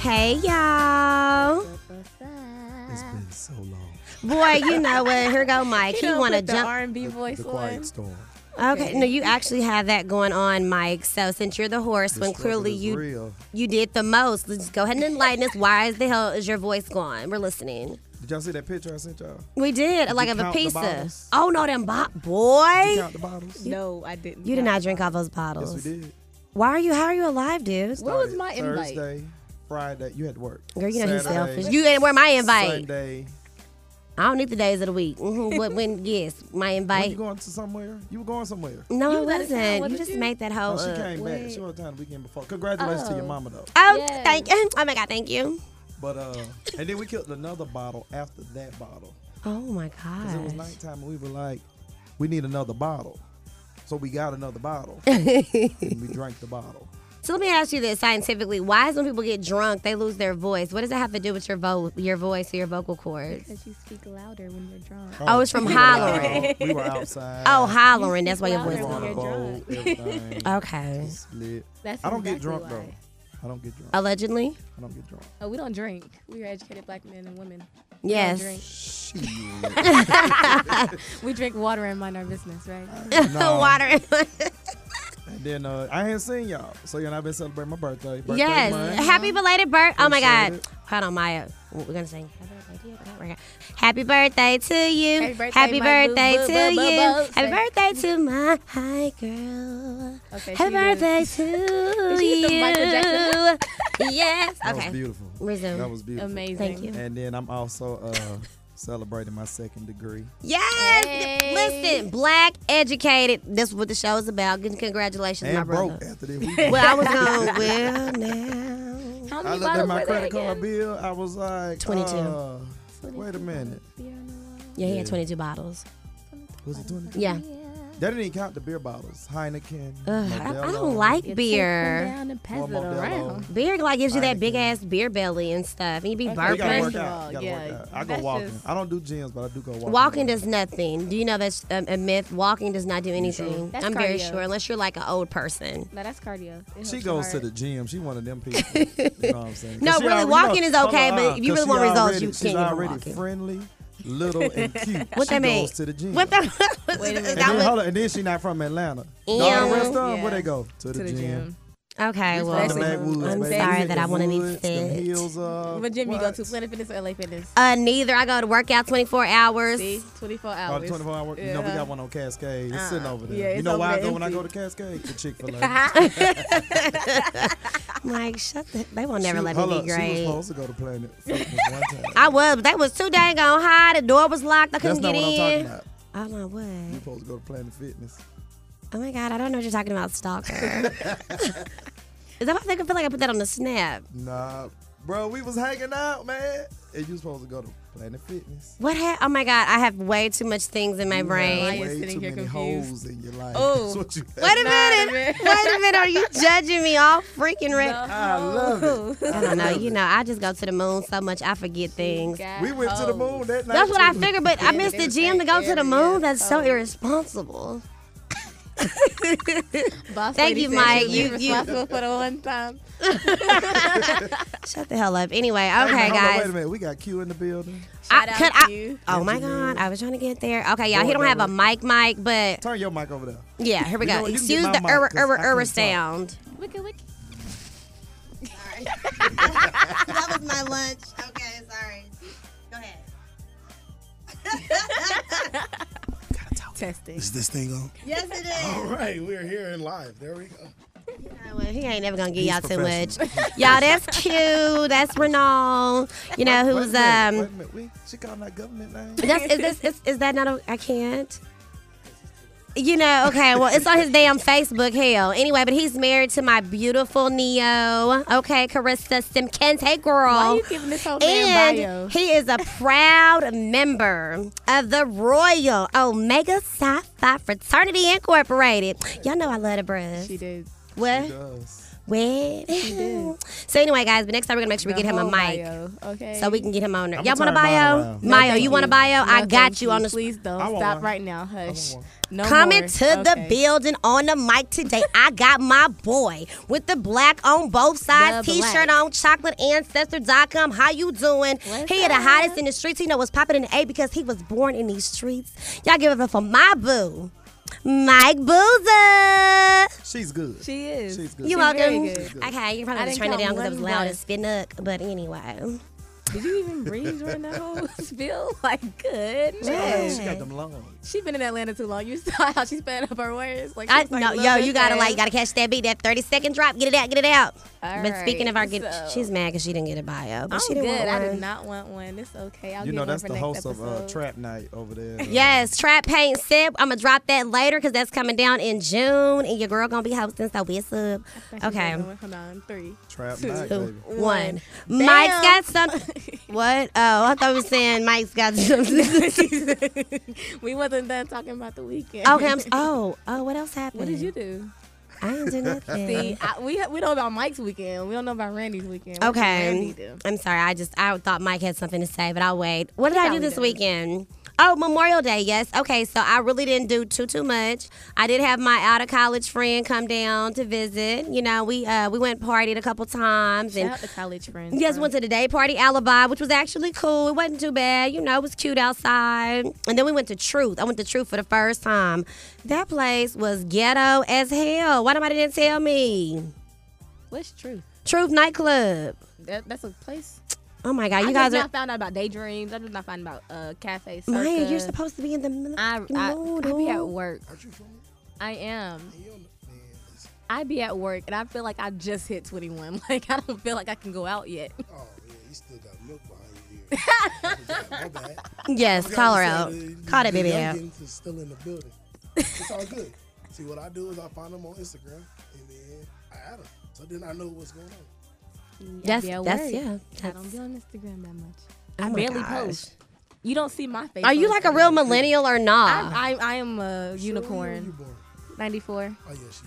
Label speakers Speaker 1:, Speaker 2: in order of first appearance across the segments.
Speaker 1: Hey y'all.
Speaker 2: It's
Speaker 1: Ah.
Speaker 2: been so long.
Speaker 1: Boy, you know what? Here go Mike. He, want to jump.
Speaker 3: R and B voice
Speaker 2: The
Speaker 3: on.
Speaker 2: quiet storm.
Speaker 1: okay, no, you actually have that going on, Mike. So since you're the horse,
Speaker 2: The
Speaker 1: when
Speaker 2: struggle
Speaker 1: clearly
Speaker 2: is
Speaker 1: you
Speaker 2: real.
Speaker 1: you did the most, let's go ahead and enlighten us. Why is the hell is your voice gone? We're listening.
Speaker 2: Did y'all see that picture I sent y'all?
Speaker 1: We did, like of a
Speaker 2: count the
Speaker 1: pizza.
Speaker 2: bottles?
Speaker 1: Oh no, them bo-
Speaker 2: You
Speaker 1: boy.
Speaker 2: count the bottles?
Speaker 3: No, I didn't.
Speaker 1: You did not drink all those
Speaker 2: Yes,
Speaker 1: bottles.
Speaker 2: we did.
Speaker 1: Why are you? How are you alive, dude?
Speaker 3: Where was my
Speaker 2: Started
Speaker 3: invite?
Speaker 2: Thursday, Friday. You had to work.
Speaker 1: Girl, you know he's
Speaker 2: Saturday,
Speaker 1: selfish. You ain't where my invite.
Speaker 2: Sunday.
Speaker 1: I don't need the days of the week. hmm When, when yes, my
Speaker 2: Were you
Speaker 1: invite.
Speaker 2: going to somewhere? You were going somewhere.
Speaker 1: No,
Speaker 3: You
Speaker 1: it
Speaker 3: let us know,
Speaker 1: wasn't.
Speaker 3: what
Speaker 1: You
Speaker 3: did
Speaker 1: just
Speaker 3: you-
Speaker 1: made that whole.
Speaker 2: Oh, she
Speaker 1: up.
Speaker 2: came back.
Speaker 3: wait.
Speaker 2: She was down the weekend before. Congratulations to your
Speaker 3: Oh.
Speaker 2: mama though.
Speaker 1: uh, Oh,
Speaker 3: Yes.
Speaker 1: thank you. Oh my God, thank you.
Speaker 2: But uh, and then we killed another bottle after that bottle
Speaker 1: Oh my
Speaker 2: because it was
Speaker 1: God.
Speaker 2: nighttime and we were like, we need another bottle, so we got another bottle and we drank the bottle.
Speaker 1: so let me ask you this scientifically: Why is when people get drunk they lose their voice? What does that have to do with your vo- your voice or your vocal cords?
Speaker 3: Because you speak louder when you're drunk.
Speaker 1: Oh, it's from
Speaker 2: we were out-
Speaker 1: hollering.
Speaker 2: We were outside.
Speaker 1: Oh, hollering. That's why your
Speaker 3: louder
Speaker 1: voice.
Speaker 3: than
Speaker 1: is
Speaker 3: your
Speaker 1: gone.
Speaker 2: Bowl, everything.
Speaker 1: Okay.
Speaker 2: It's lit.
Speaker 3: That's
Speaker 2: I don't get
Speaker 3: exactly
Speaker 2: drunk
Speaker 3: why.
Speaker 2: though. I don't get drunk.
Speaker 1: Allegedly.
Speaker 2: I don't get drunk.
Speaker 3: Oh, we don't drink. We are educated black men and women.
Speaker 1: Yes.
Speaker 3: drink.
Speaker 2: Shit.
Speaker 3: We drink water and mind our business, right?
Speaker 2: Nah.
Speaker 1: Water.
Speaker 2: And then uh, I ain't seen y'all, so you know I've been celebrating my birthday. birthday
Speaker 1: yes.
Speaker 2: month.
Speaker 1: Happy belated birth. Oh my
Speaker 2: Appreciate
Speaker 1: God.
Speaker 2: it.
Speaker 1: Hold on, Maya. We're gonna sing. Happy birthday to you.
Speaker 3: Happy birthday,
Speaker 1: Happy
Speaker 3: Mike. Boo,
Speaker 1: birthday
Speaker 3: boo,
Speaker 1: to
Speaker 3: boo, boo,
Speaker 1: you.
Speaker 3: boo.
Speaker 1: Happy birthday to my high girl.
Speaker 3: Okay,
Speaker 1: Happy
Speaker 3: she did.
Speaker 1: birthday to
Speaker 3: She hit the Michael
Speaker 1: you. Yes.
Speaker 2: That was
Speaker 1: Okay.
Speaker 2: beautiful.
Speaker 1: Resume.
Speaker 2: That was beautiful.
Speaker 3: Amazing.
Speaker 1: Thank you.
Speaker 2: And then I'm also uh, celebrating my second degree.
Speaker 1: Yes.
Speaker 3: Hey.
Speaker 1: Listen, black, educated. That's what the show is about. Congratulations, my
Speaker 2: and
Speaker 1: brother.
Speaker 2: broke after that weekend.
Speaker 1: Well, I was going well now.
Speaker 3: How
Speaker 2: I
Speaker 3: many
Speaker 2: looked at
Speaker 3: bottles
Speaker 2: my
Speaker 3: were there
Speaker 2: credit card bill. I was like,
Speaker 1: 22.
Speaker 2: uh, wait a minute.
Speaker 1: Yeah, he had
Speaker 2: Yeah.
Speaker 1: 22 bottles.
Speaker 2: Was it 22?
Speaker 1: Yeah.
Speaker 2: That didn't even count the beer bottles. Heineken.
Speaker 1: Ugh, I, I
Speaker 2: Modelo.
Speaker 1: don't like
Speaker 3: You
Speaker 1: beer.
Speaker 3: take them down and pass
Speaker 2: Or
Speaker 3: it
Speaker 2: Modelo.
Speaker 3: around.
Speaker 1: Beer like gives you that
Speaker 2: Heineken.
Speaker 1: big ass beer belly and stuff, and you be
Speaker 2: You gotta work
Speaker 1: burping.
Speaker 3: First of
Speaker 2: out.
Speaker 3: all,
Speaker 2: You gotta
Speaker 3: yeah,
Speaker 2: work out. I go
Speaker 3: that's
Speaker 2: walking.
Speaker 3: just-
Speaker 2: I don't do gyms, but I do go walking.
Speaker 1: Walking does nothing. Do you know that's um, a myth? Walking does not do anything.
Speaker 3: That's
Speaker 1: I'm very
Speaker 3: cardio.
Speaker 1: sure, unless you're like an old person.
Speaker 3: No, that's cardio. It helps
Speaker 2: She
Speaker 3: your
Speaker 2: goes to
Speaker 3: heart.
Speaker 2: the gym. She one of them people. you know what I'm saying? 'Cause
Speaker 1: No,
Speaker 2: she
Speaker 1: really,
Speaker 2: already-
Speaker 1: walking is
Speaker 2: hold
Speaker 1: okay,
Speaker 2: on,
Speaker 1: but if you really
Speaker 2: 'cause she
Speaker 1: want results,
Speaker 2: already-
Speaker 1: you
Speaker 2: she's
Speaker 1: can't even
Speaker 2: already
Speaker 1: walk it.
Speaker 2: friendly, little, and cute.
Speaker 1: What
Speaker 2: she
Speaker 1: that mean?
Speaker 2: goes to the gym.
Speaker 1: What the?
Speaker 3: Wait a minute.
Speaker 1: that
Speaker 2: And then,
Speaker 1: was-
Speaker 2: hold on, and then she not from Atlanta. No,
Speaker 1: Ew.
Speaker 2: the rest of them, where
Speaker 3: Yeah.
Speaker 2: they go? To the,
Speaker 3: To the gym.
Speaker 1: okay,
Speaker 3: These
Speaker 1: well,
Speaker 3: That's
Speaker 2: The
Speaker 3: it.
Speaker 2: backwoods,
Speaker 1: I'm
Speaker 2: baby.
Speaker 1: sorry
Speaker 2: Hit
Speaker 1: that
Speaker 2: the
Speaker 1: I wanna be
Speaker 2: woods, them
Speaker 1: fit.
Speaker 2: Heels up.
Speaker 3: What gym you go
Speaker 2: What?
Speaker 3: to? Planet Fitness or LA Fitness?
Speaker 1: uh, neither. I go to workout 24 hours.
Speaker 3: See, 24
Speaker 2: Oh,
Speaker 3: hours.
Speaker 2: the 24 hour. You know, we
Speaker 3: Yeah.
Speaker 2: got one on Cascade. It's
Speaker 1: Uh-uh.
Speaker 2: sitting over there.
Speaker 3: Yeah,
Speaker 2: you
Speaker 3: it's
Speaker 2: know why I
Speaker 3: over
Speaker 2: go
Speaker 3: there
Speaker 2: when I go to
Speaker 3: empty.
Speaker 2: Cascade? The Chick fil A.
Speaker 1: I'm like, shut the. They will never let
Speaker 2: hold
Speaker 1: me
Speaker 2: up.
Speaker 1: be
Speaker 2: She was
Speaker 1: great.
Speaker 2: supposed to go to Planet Fitness one time.
Speaker 1: I was, but they was too dang on high. The door was locked. I
Speaker 2: That's
Speaker 1: couldn't
Speaker 2: not
Speaker 1: get
Speaker 2: what I'm talking
Speaker 1: in.
Speaker 2: about.
Speaker 1: Oh my
Speaker 2: You
Speaker 1: what?
Speaker 2: supposed to go to Planet Fitness.
Speaker 1: Oh my god, I don't know what you're talking about, stalker. Is that what I think? I feel like I put that on the snap.
Speaker 2: Nah, bro, we was hanging out, man. And you supposed to go to Planet Fitness.
Speaker 1: What ha- Oh my god, I have way too much things in my brain.
Speaker 3: Why is
Speaker 2: Way
Speaker 3: sitting
Speaker 2: too
Speaker 3: here
Speaker 2: many
Speaker 3: confused?
Speaker 2: holes in your life.
Speaker 3: Oh.
Speaker 2: That's what you
Speaker 1: Wait a
Speaker 3: Not a
Speaker 1: minute.
Speaker 3: minute.
Speaker 1: Wait a minute. Are you judging me all freaking right?
Speaker 2: I
Speaker 3: Oh,
Speaker 2: love it.
Speaker 1: I don't know. You know, I just go to the moon so much I forget things.
Speaker 2: We went
Speaker 3: Oh.
Speaker 2: to the moon that night.
Speaker 1: That's what I
Speaker 2: too.
Speaker 1: figured, but I missed
Speaker 3: they
Speaker 1: the
Speaker 3: was
Speaker 1: gym to
Speaker 3: like
Speaker 1: go to the
Speaker 3: every
Speaker 1: moon. That's so
Speaker 3: asshole.
Speaker 1: irresponsible.
Speaker 3: Boss
Speaker 1: Thank
Speaker 3: lady
Speaker 1: you,
Speaker 3: said
Speaker 1: Mike.
Speaker 3: she
Speaker 1: You-
Speaker 3: was
Speaker 1: you-
Speaker 3: responsible for the one time.
Speaker 1: Shut the hell up. Anyway,
Speaker 2: Hey, man,
Speaker 1: okay,
Speaker 2: hold on, Wait a
Speaker 1: guys.
Speaker 2: minute. We got Q in the building.
Speaker 1: I,
Speaker 3: Shout out
Speaker 1: could
Speaker 3: to
Speaker 1: I,
Speaker 3: you.
Speaker 1: oh my
Speaker 2: Engineer.
Speaker 1: God, I was trying to get there. Okay, y'all, he
Speaker 2: Lord,
Speaker 1: don't have a
Speaker 2: that
Speaker 1: mic mic, but
Speaker 2: Turn your mic over there.
Speaker 1: yeah, here we
Speaker 2: You know
Speaker 1: go.
Speaker 2: what, you can
Speaker 1: Excuse
Speaker 2: get
Speaker 1: the
Speaker 2: my
Speaker 1: er,
Speaker 2: mic 'cause
Speaker 1: er,
Speaker 2: I can't
Speaker 1: er
Speaker 2: talk.
Speaker 1: sound.
Speaker 3: Wicka, wicka.
Speaker 1: that was my lunch. Okay, sorry. Go ahead.
Speaker 3: Testing.
Speaker 4: Is this thing on?
Speaker 1: Yes, it is.
Speaker 4: All right, we're here and live. There we go.
Speaker 1: Well, he ain't never gonna get
Speaker 2: He's
Speaker 1: y'all too much.
Speaker 2: professional.
Speaker 1: Y'all, that's cute. That's Renault. You know
Speaker 2: Wait a
Speaker 1: who's
Speaker 2: minute, Wait a
Speaker 1: um.
Speaker 2: minute. We, she calling that government name.
Speaker 1: That's, is this is, is that not? A, I can't. You know, okay, well, it's on his damn Facebook, hell. Anyway, but he's married to my beautiful Neo, okay, Carissa Simpkins. Hey, girl.
Speaker 3: Why you giving this whole man bio?
Speaker 1: And he is a proud member of the Royal Omega Psi Phi Fraternity Incorporated. Y'all know I love the bruh.
Speaker 3: She did.
Speaker 1: What?
Speaker 2: She does.
Speaker 1: wet.
Speaker 3: did.
Speaker 1: So anyway, guys, but next time we're gonna make sure we
Speaker 3: The
Speaker 1: get him a
Speaker 3: whole
Speaker 1: mic
Speaker 3: bio, okay.
Speaker 1: so we can get him on there.
Speaker 2: I'ma
Speaker 1: Y'all want a
Speaker 2: turn mine
Speaker 1: bio?
Speaker 2: around.
Speaker 1: Mayo,
Speaker 3: thank
Speaker 1: you want a bio? I
Speaker 3: No,
Speaker 1: got
Speaker 3: thank
Speaker 1: you on the.
Speaker 3: Please don't
Speaker 2: I want
Speaker 3: stop
Speaker 2: one.
Speaker 3: right now. Hush.
Speaker 2: want
Speaker 3: No
Speaker 1: Coming
Speaker 3: more.
Speaker 1: to the
Speaker 3: Okay.
Speaker 1: building on the mic today. I got my boy with the black on both sides
Speaker 3: The
Speaker 1: t-shirt
Speaker 3: black.
Speaker 1: on chocolateancestor.com. How you doing?
Speaker 3: What's
Speaker 1: he the
Speaker 3: up?
Speaker 1: hottest in the streets. He know what's popping in the A because he was born in these streets. Y'all give it up for my boo, Mike Boozer.
Speaker 2: She's good.
Speaker 3: She is.
Speaker 2: She's good.
Speaker 1: You
Speaker 3: She's very
Speaker 1: welcome.
Speaker 3: good.
Speaker 1: Okay, you
Speaker 3: I
Speaker 1: probably just
Speaker 3: didn't
Speaker 1: turn it
Speaker 3: count
Speaker 1: down because it was
Speaker 3: one
Speaker 1: loud
Speaker 3: breath.
Speaker 1: as spinuck. But anyway,
Speaker 3: Did you even breathe during that whole spill? Like, good.
Speaker 2: Oh,
Speaker 3: man.
Speaker 2: she got them lungs.
Speaker 3: She been in Atlanta too long. You saw how she sped up her words. Like,
Speaker 1: I
Speaker 3: she's like
Speaker 1: no,
Speaker 3: a
Speaker 1: yo,
Speaker 3: little bit
Speaker 1: you gotta like,
Speaker 3: fast.
Speaker 1: gotta catch that beat, that thirty second drop. Get it out, get it out.
Speaker 3: All
Speaker 1: but speaking of our,
Speaker 3: right,
Speaker 1: get,
Speaker 3: so-
Speaker 1: she's mad because she didn't get a bio, but
Speaker 3: I'm
Speaker 1: she
Speaker 3: good.
Speaker 1: didn't want
Speaker 3: I
Speaker 1: one.
Speaker 3: did not want one. It's okay. I'll
Speaker 2: You
Speaker 3: get
Speaker 2: know
Speaker 3: one
Speaker 2: that's
Speaker 3: for
Speaker 2: the
Speaker 3: next
Speaker 2: host
Speaker 3: episode.
Speaker 2: of uh, Trap Night over there. uh,
Speaker 1: Yes, Trap Paint Sip. I'm gonna drop that later because that's coming down in June, and your girl gonna be hosting. So what's up?
Speaker 3: Thank you,
Speaker 1: Okay,
Speaker 3: everyone. Hold on. Three.
Speaker 2: Trap
Speaker 3: two,
Speaker 2: Night,
Speaker 1: Oh.
Speaker 2: baby.
Speaker 1: one.
Speaker 3: Damn.
Speaker 1: Mike's got something. what? Oh, I thought we were saying Mike's got something.
Speaker 3: we wasn't done talking about the weekend.
Speaker 1: okay, I'm. Oh, oh, what else happened?
Speaker 3: What did you do?
Speaker 1: I didn't do nothing.
Speaker 3: See, I, we we know about Mike's weekend. We don't know about Randy's weekend. What did Randy
Speaker 1: Okay.
Speaker 3: do?
Speaker 1: I'm sorry. I just I thought Mike had something to say, but I'll wait. What did
Speaker 3: He
Speaker 1: I do
Speaker 3: probably
Speaker 1: this
Speaker 3: does.
Speaker 1: weekend? Oh, Memorial Day. Yes. Okay. So I really didn't do too too much. I did have my out of college friend come down to visit. You know, we uh we went partied a couple times and
Speaker 3: Shout out to college friends.
Speaker 1: Yes,
Speaker 3: bro.
Speaker 1: went to the day party alibi, which was actually cool. It wasn't too bad. You know, it was cute outside. And then we went to Truth. I went to Truth for the first time. That place was ghetto as hell. Why nobody didn't tell me?
Speaker 3: What's truth?
Speaker 1: Truth nightclub.
Speaker 3: That, that's a place.
Speaker 1: Oh my God,
Speaker 3: I
Speaker 1: you
Speaker 3: just
Speaker 1: guys are
Speaker 3: not found out about daydreams. I just not found out about uh, cafe.
Speaker 1: Maya,
Speaker 3: Circa.
Speaker 1: you're supposed to oh. be in the middle.
Speaker 3: I, I,
Speaker 1: mood,
Speaker 3: I be at
Speaker 1: ooh.
Speaker 3: work.
Speaker 4: Aren't you from it?
Speaker 3: I am.
Speaker 4: You don't- man, listen.
Speaker 3: I be at work, and I feel like I just hit 21. Like I don't feel like I can go out yet.
Speaker 4: Oh, yeah, you still got milk behind your ear. My bad.
Speaker 1: Yes,
Speaker 4: I
Speaker 1: call her
Speaker 4: gotta
Speaker 1: out.
Speaker 4: say, the-
Speaker 1: Call that
Speaker 4: the
Speaker 1: baby out.
Speaker 4: youngins is still in the building. It's all good. See, what I do is I find them on Instagram, and then I add them. So then I know what's going on.
Speaker 1: That's-
Speaker 3: I be at
Speaker 1: that's-
Speaker 3: work.
Speaker 1: yeah,
Speaker 3: I
Speaker 1: that's-
Speaker 3: don't be on Instagram that much.
Speaker 1: Oh
Speaker 3: I
Speaker 1: my
Speaker 3: barely
Speaker 1: gosh.
Speaker 3: post. You don't see my face.
Speaker 1: Are
Speaker 3: on
Speaker 1: you like a
Speaker 3: Instagram.
Speaker 1: real millennial or not?
Speaker 3: I, I, I am a
Speaker 4: Sure, you
Speaker 3: unicorn.
Speaker 4: born.
Speaker 3: 94.
Speaker 4: Oh yeah, she is.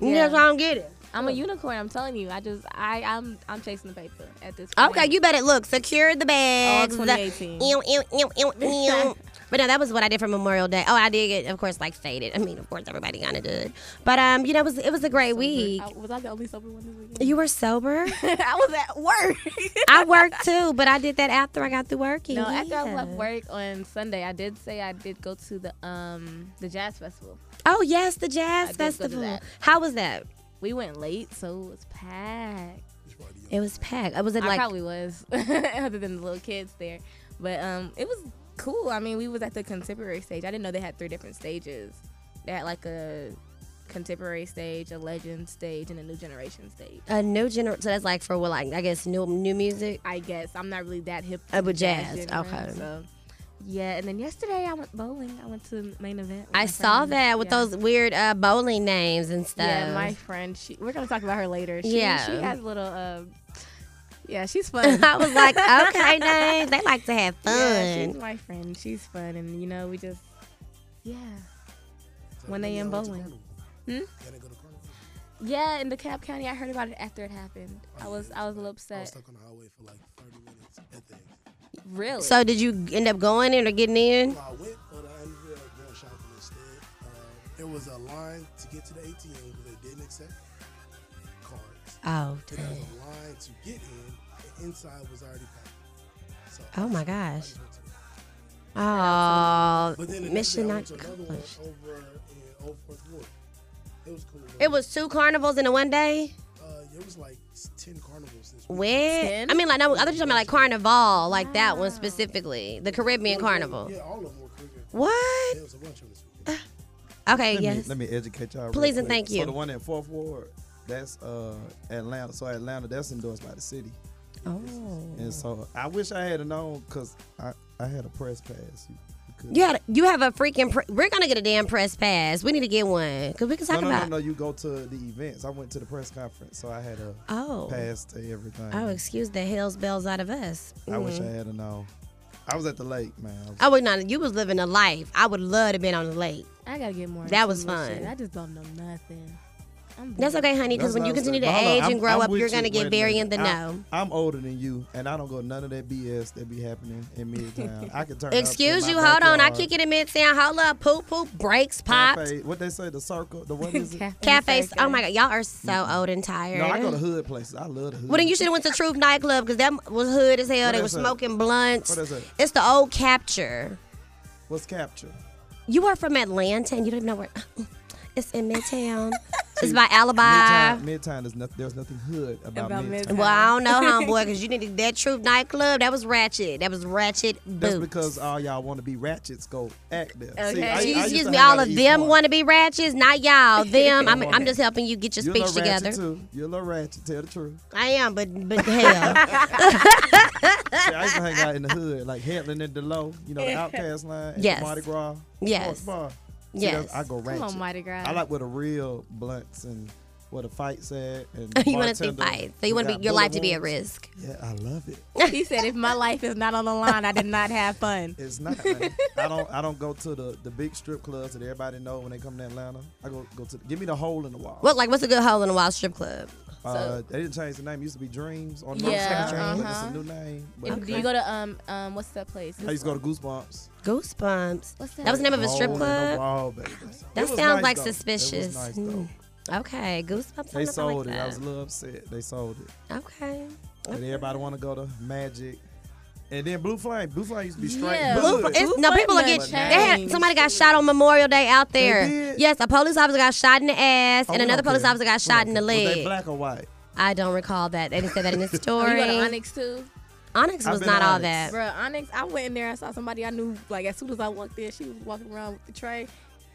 Speaker 1: You
Speaker 3: yeah.
Speaker 1: know, so I don't get it.
Speaker 3: I'm a unicorn. I'm telling you. I just I I'm I'm chasing the paper at this. point.
Speaker 1: Okay, you better look. Secure the bags.
Speaker 3: All 2018.
Speaker 1: Ew, ew, ew, ew, ew. But no, that was what I did for Memorial Day. Oh, I did get, of course, like faded. I mean, of course, everybody kind of did. But um, you know, it was it was a great week.
Speaker 3: I, was I the only sober one this weekend?
Speaker 1: You were sober.
Speaker 3: I was at work.
Speaker 1: I worked too, but I did that after I got through working.
Speaker 3: no, after I left
Speaker 1: Yeah.
Speaker 3: work on Sunday, I did say I did go to the um the jazz festival.
Speaker 1: Oh yes, the
Speaker 3: I
Speaker 1: jazz
Speaker 3: did go to
Speaker 1: festival.
Speaker 3: that.
Speaker 1: How was that?
Speaker 3: We went late, so it was packed.
Speaker 4: She's probably the
Speaker 1: It was packed. Uh, Was it
Speaker 3: I
Speaker 1: like
Speaker 3: probably was, other than the little kids there. But um, it was cool. I mean, we was at the contemporary stage. I didn't know they had three different stages. They had like a contemporary stage, a legend stage, and a new generation stage.
Speaker 1: a new general? So that's like for what, like I guess new new music.
Speaker 3: I guess I'm not really that hip.
Speaker 1: Oh,
Speaker 3: to
Speaker 1: but
Speaker 3: the
Speaker 1: jazz,
Speaker 3: genre,
Speaker 1: okay.
Speaker 3: So. Yeah, and then yesterday I went bowling. I went to main event. with
Speaker 1: I
Speaker 3: my
Speaker 1: saw
Speaker 3: friends.
Speaker 1: that with
Speaker 3: Yeah.
Speaker 1: those weird uh, bowling names and stuff.
Speaker 3: Yeah, my friend. She, we're gonna talk about her later. She,
Speaker 1: Yeah.
Speaker 3: she has little. Um, yeah, she's fun.
Speaker 1: I was like, okay, names. They like to have fun.
Speaker 3: Yeah, she's my friend. She's fun, and you know we just. Yeah.
Speaker 4: youngest.
Speaker 3: when they
Speaker 4: Y'all
Speaker 3: in
Speaker 4: went to
Speaker 3: bowling.
Speaker 4: carnival.
Speaker 3: Hmm?
Speaker 4: Y'all didn't go to carnival.
Speaker 3: Yeah, in DeKalb County, I heard about it after it happened. I was I was a little
Speaker 4: Oh, I was
Speaker 3: upset.
Speaker 4: stuck on the highway for like 30 minutes at the end.
Speaker 3: Really?
Speaker 1: So did you end up going in or getting in?
Speaker 4: So I went, but I ended up going shopping instead. Uh, there was a line to get to the ATM because they didn't accept cards.
Speaker 1: Oh,
Speaker 4: And there was a line to get in. The inside was already packed. So I
Speaker 1: Oh, my
Speaker 4: just- I just
Speaker 1: gosh.
Speaker 4: went to the-
Speaker 1: oh,
Speaker 4: But then the next
Speaker 1: mission
Speaker 4: day, I
Speaker 1: not
Speaker 4: went to another one
Speaker 1: accomplished.
Speaker 4: over in Old Fourth Ward. It was cool. though.
Speaker 1: It was two carnivals in a one day.
Speaker 4: Uh, it was like s- 10 carnivals this week.
Speaker 1: Where?
Speaker 3: Ten?
Speaker 1: I
Speaker 3: Ah.
Speaker 1: mean, like no, I thought you were talking about like carnival, like that one
Speaker 3: Wow.
Speaker 1: specifically, the Caribbean carnival.
Speaker 4: Yeah, all of them were Caribbean.
Speaker 1: What?
Speaker 4: There was a bunch of them this week.
Speaker 1: Okay,
Speaker 2: Let,
Speaker 1: yes.
Speaker 2: me, let me educate y'all. real
Speaker 1: Please and
Speaker 2: quick.
Speaker 1: thank you.
Speaker 2: So the one in Fourth Ward, that's uh Atlanta. So Atlanta, that's endorsed by the city.
Speaker 1: oh.
Speaker 2: And so I wish I had known because I, I had a press pass. You, you could-
Speaker 1: You had you have a freaking. Pre- we're gonna get a damn press pass. We need to get one because we can
Speaker 2: No,
Speaker 1: talk
Speaker 2: no, no,
Speaker 1: about.
Speaker 2: no. You go to the events. I went to the press conference, so I had a
Speaker 1: Oh.
Speaker 2: pass to everything.
Speaker 1: Oh, excuse the hell's bells out of us.
Speaker 2: I wish I had a known. I was at the lake, man. I was-
Speaker 1: I would not. You was living a life. I would love to been on the lake.
Speaker 3: I gotta get more.
Speaker 1: That
Speaker 3: into
Speaker 1: was
Speaker 3: this
Speaker 1: fun.
Speaker 3: shit. I just don't know nothing. I'm
Speaker 1: That's okay, honey, because when
Speaker 2: That's what
Speaker 1: you
Speaker 2: I was
Speaker 1: continue to
Speaker 2: saying. But hold
Speaker 1: age
Speaker 2: on, I'm-
Speaker 1: and grow
Speaker 2: I'm
Speaker 1: up,
Speaker 2: with
Speaker 1: you're
Speaker 2: you.
Speaker 1: going to
Speaker 2: Wait a
Speaker 1: get very in
Speaker 2: minute.
Speaker 1: the know.
Speaker 2: I'm, I'm older than you, and I don't go none of that BS that be happening in Midtown. I can turn. up in
Speaker 1: Excuse
Speaker 2: my
Speaker 1: you, hold on. I
Speaker 2: backyard.
Speaker 1: kick it in midtown. Hold up, poop, poop, breaks, popped.
Speaker 2: Cafe, what they say, the circle, the what is it?
Speaker 3: Cafe
Speaker 1: Cafes.
Speaker 3: Circus.
Speaker 1: Oh my God, y'all are so old and tired.
Speaker 2: No, I go to hood places. I love the hood.
Speaker 1: Well, then you should have went to Truth Nightclub because that was hood as hell.
Speaker 2: What
Speaker 1: they
Speaker 2: is
Speaker 1: were
Speaker 2: that?
Speaker 1: smoking blunts.
Speaker 2: What is that?
Speaker 1: It's the old capture.
Speaker 2: What's capture?
Speaker 1: You are from Atlanta and you don't even know where. It's in Midtown. it's by Alibi.
Speaker 2: Midtown, Midtown is nothing. There's nothing hood about,
Speaker 3: About
Speaker 2: Midtown.
Speaker 3: Midtown.
Speaker 1: Well, I don't know, homeboy, because you need to, that Truth Nightclub. That was ratchet. That was ratchet boots.
Speaker 2: That's because all y'all want to be ratchets. Go act there.
Speaker 3: Okay. I used
Speaker 1: Excuse me, all of them want to be ratchets, not y'all. Them. I'm, I'm just helping you get your
Speaker 2: You're a
Speaker 1: speech
Speaker 2: little ratchet,
Speaker 1: together.
Speaker 2: Too. You're a little ratchet. Tell the truth.
Speaker 1: I am, but but hell,
Speaker 2: See, I used to hang out in the hood, like Headland and Delo. You know the Outcast line. and
Speaker 1: Yes.
Speaker 2: Mardi Gras.
Speaker 1: Yes.
Speaker 2: Sports bar. See,
Speaker 1: Yes.
Speaker 2: that's- I go ratchet.
Speaker 3: Come on, Mardi Gras.
Speaker 2: I like where the real blunts and where the fights at. And
Speaker 1: you want to see
Speaker 2: bartender
Speaker 1: fights, so
Speaker 2: who
Speaker 1: you want to
Speaker 2: got
Speaker 1: be your life to be at
Speaker 2: bullet wounds.
Speaker 1: risk.
Speaker 2: Yeah, I love it.
Speaker 3: he said, if my life is not on the line, I did not have fun.
Speaker 2: It's not. man. I don't. I don't go to the, the big strip clubs that everybody know when they come to Atlanta. I go go to. Give me the hole in the wall.
Speaker 1: What like what's a good hole in a wild strip club?
Speaker 2: Uh, they didn't change the name. It used to be Dreams on the
Speaker 3: Yeah,
Speaker 2: but it's
Speaker 3: uh-huh.
Speaker 2: a new name. But
Speaker 3: If- Do you go to um um what's that place?
Speaker 2: I used to go to Goosebumps.
Speaker 1: Goosebumps.
Speaker 3: What's
Speaker 1: That was the name of a strip
Speaker 2: Hole in the
Speaker 1: club.
Speaker 2: wall, baby. It
Speaker 1: That
Speaker 2: was
Speaker 1: sounds
Speaker 2: nice,
Speaker 1: like
Speaker 2: though. It was
Speaker 1: suspicious.
Speaker 2: nice, though.
Speaker 1: Mm. Okay, goosebumps. I
Speaker 2: They
Speaker 1: never
Speaker 2: sold it.
Speaker 1: liked
Speaker 2: I was a
Speaker 1: that.
Speaker 2: little upset. They sold it.
Speaker 1: okay.
Speaker 2: And everybody want to go to Magic. And then Blue Flame. Blue Flame used to be straight.
Speaker 3: Yeah.
Speaker 1: Blue,
Speaker 2: hood.
Speaker 1: it's, no,
Speaker 3: Blue
Speaker 1: people are
Speaker 3: Flame
Speaker 1: getting. They
Speaker 3: done
Speaker 1: had,
Speaker 3: changed.
Speaker 1: somebody got shot on Memorial Day out there.
Speaker 2: did?
Speaker 1: Yes, a police officer got shot in the ass,
Speaker 2: Oh,
Speaker 1: and
Speaker 2: we
Speaker 1: another
Speaker 2: don't
Speaker 1: police
Speaker 2: care.
Speaker 1: officer got
Speaker 2: We
Speaker 1: shot
Speaker 2: don't
Speaker 1: in the
Speaker 2: care. Was
Speaker 1: leg.
Speaker 2: they black or white?
Speaker 1: I don't recall that. They didn't say that in the
Speaker 3: Oh,
Speaker 1: story.
Speaker 3: you go to Onyx too,
Speaker 1: Onyx
Speaker 2: I've
Speaker 1: was
Speaker 2: been
Speaker 1: not all
Speaker 2: Onyx.
Speaker 1: that.
Speaker 3: bro. Onyx. I went in there. I saw somebody I knew. Like as soon as I walked in, she was walking around with the tray,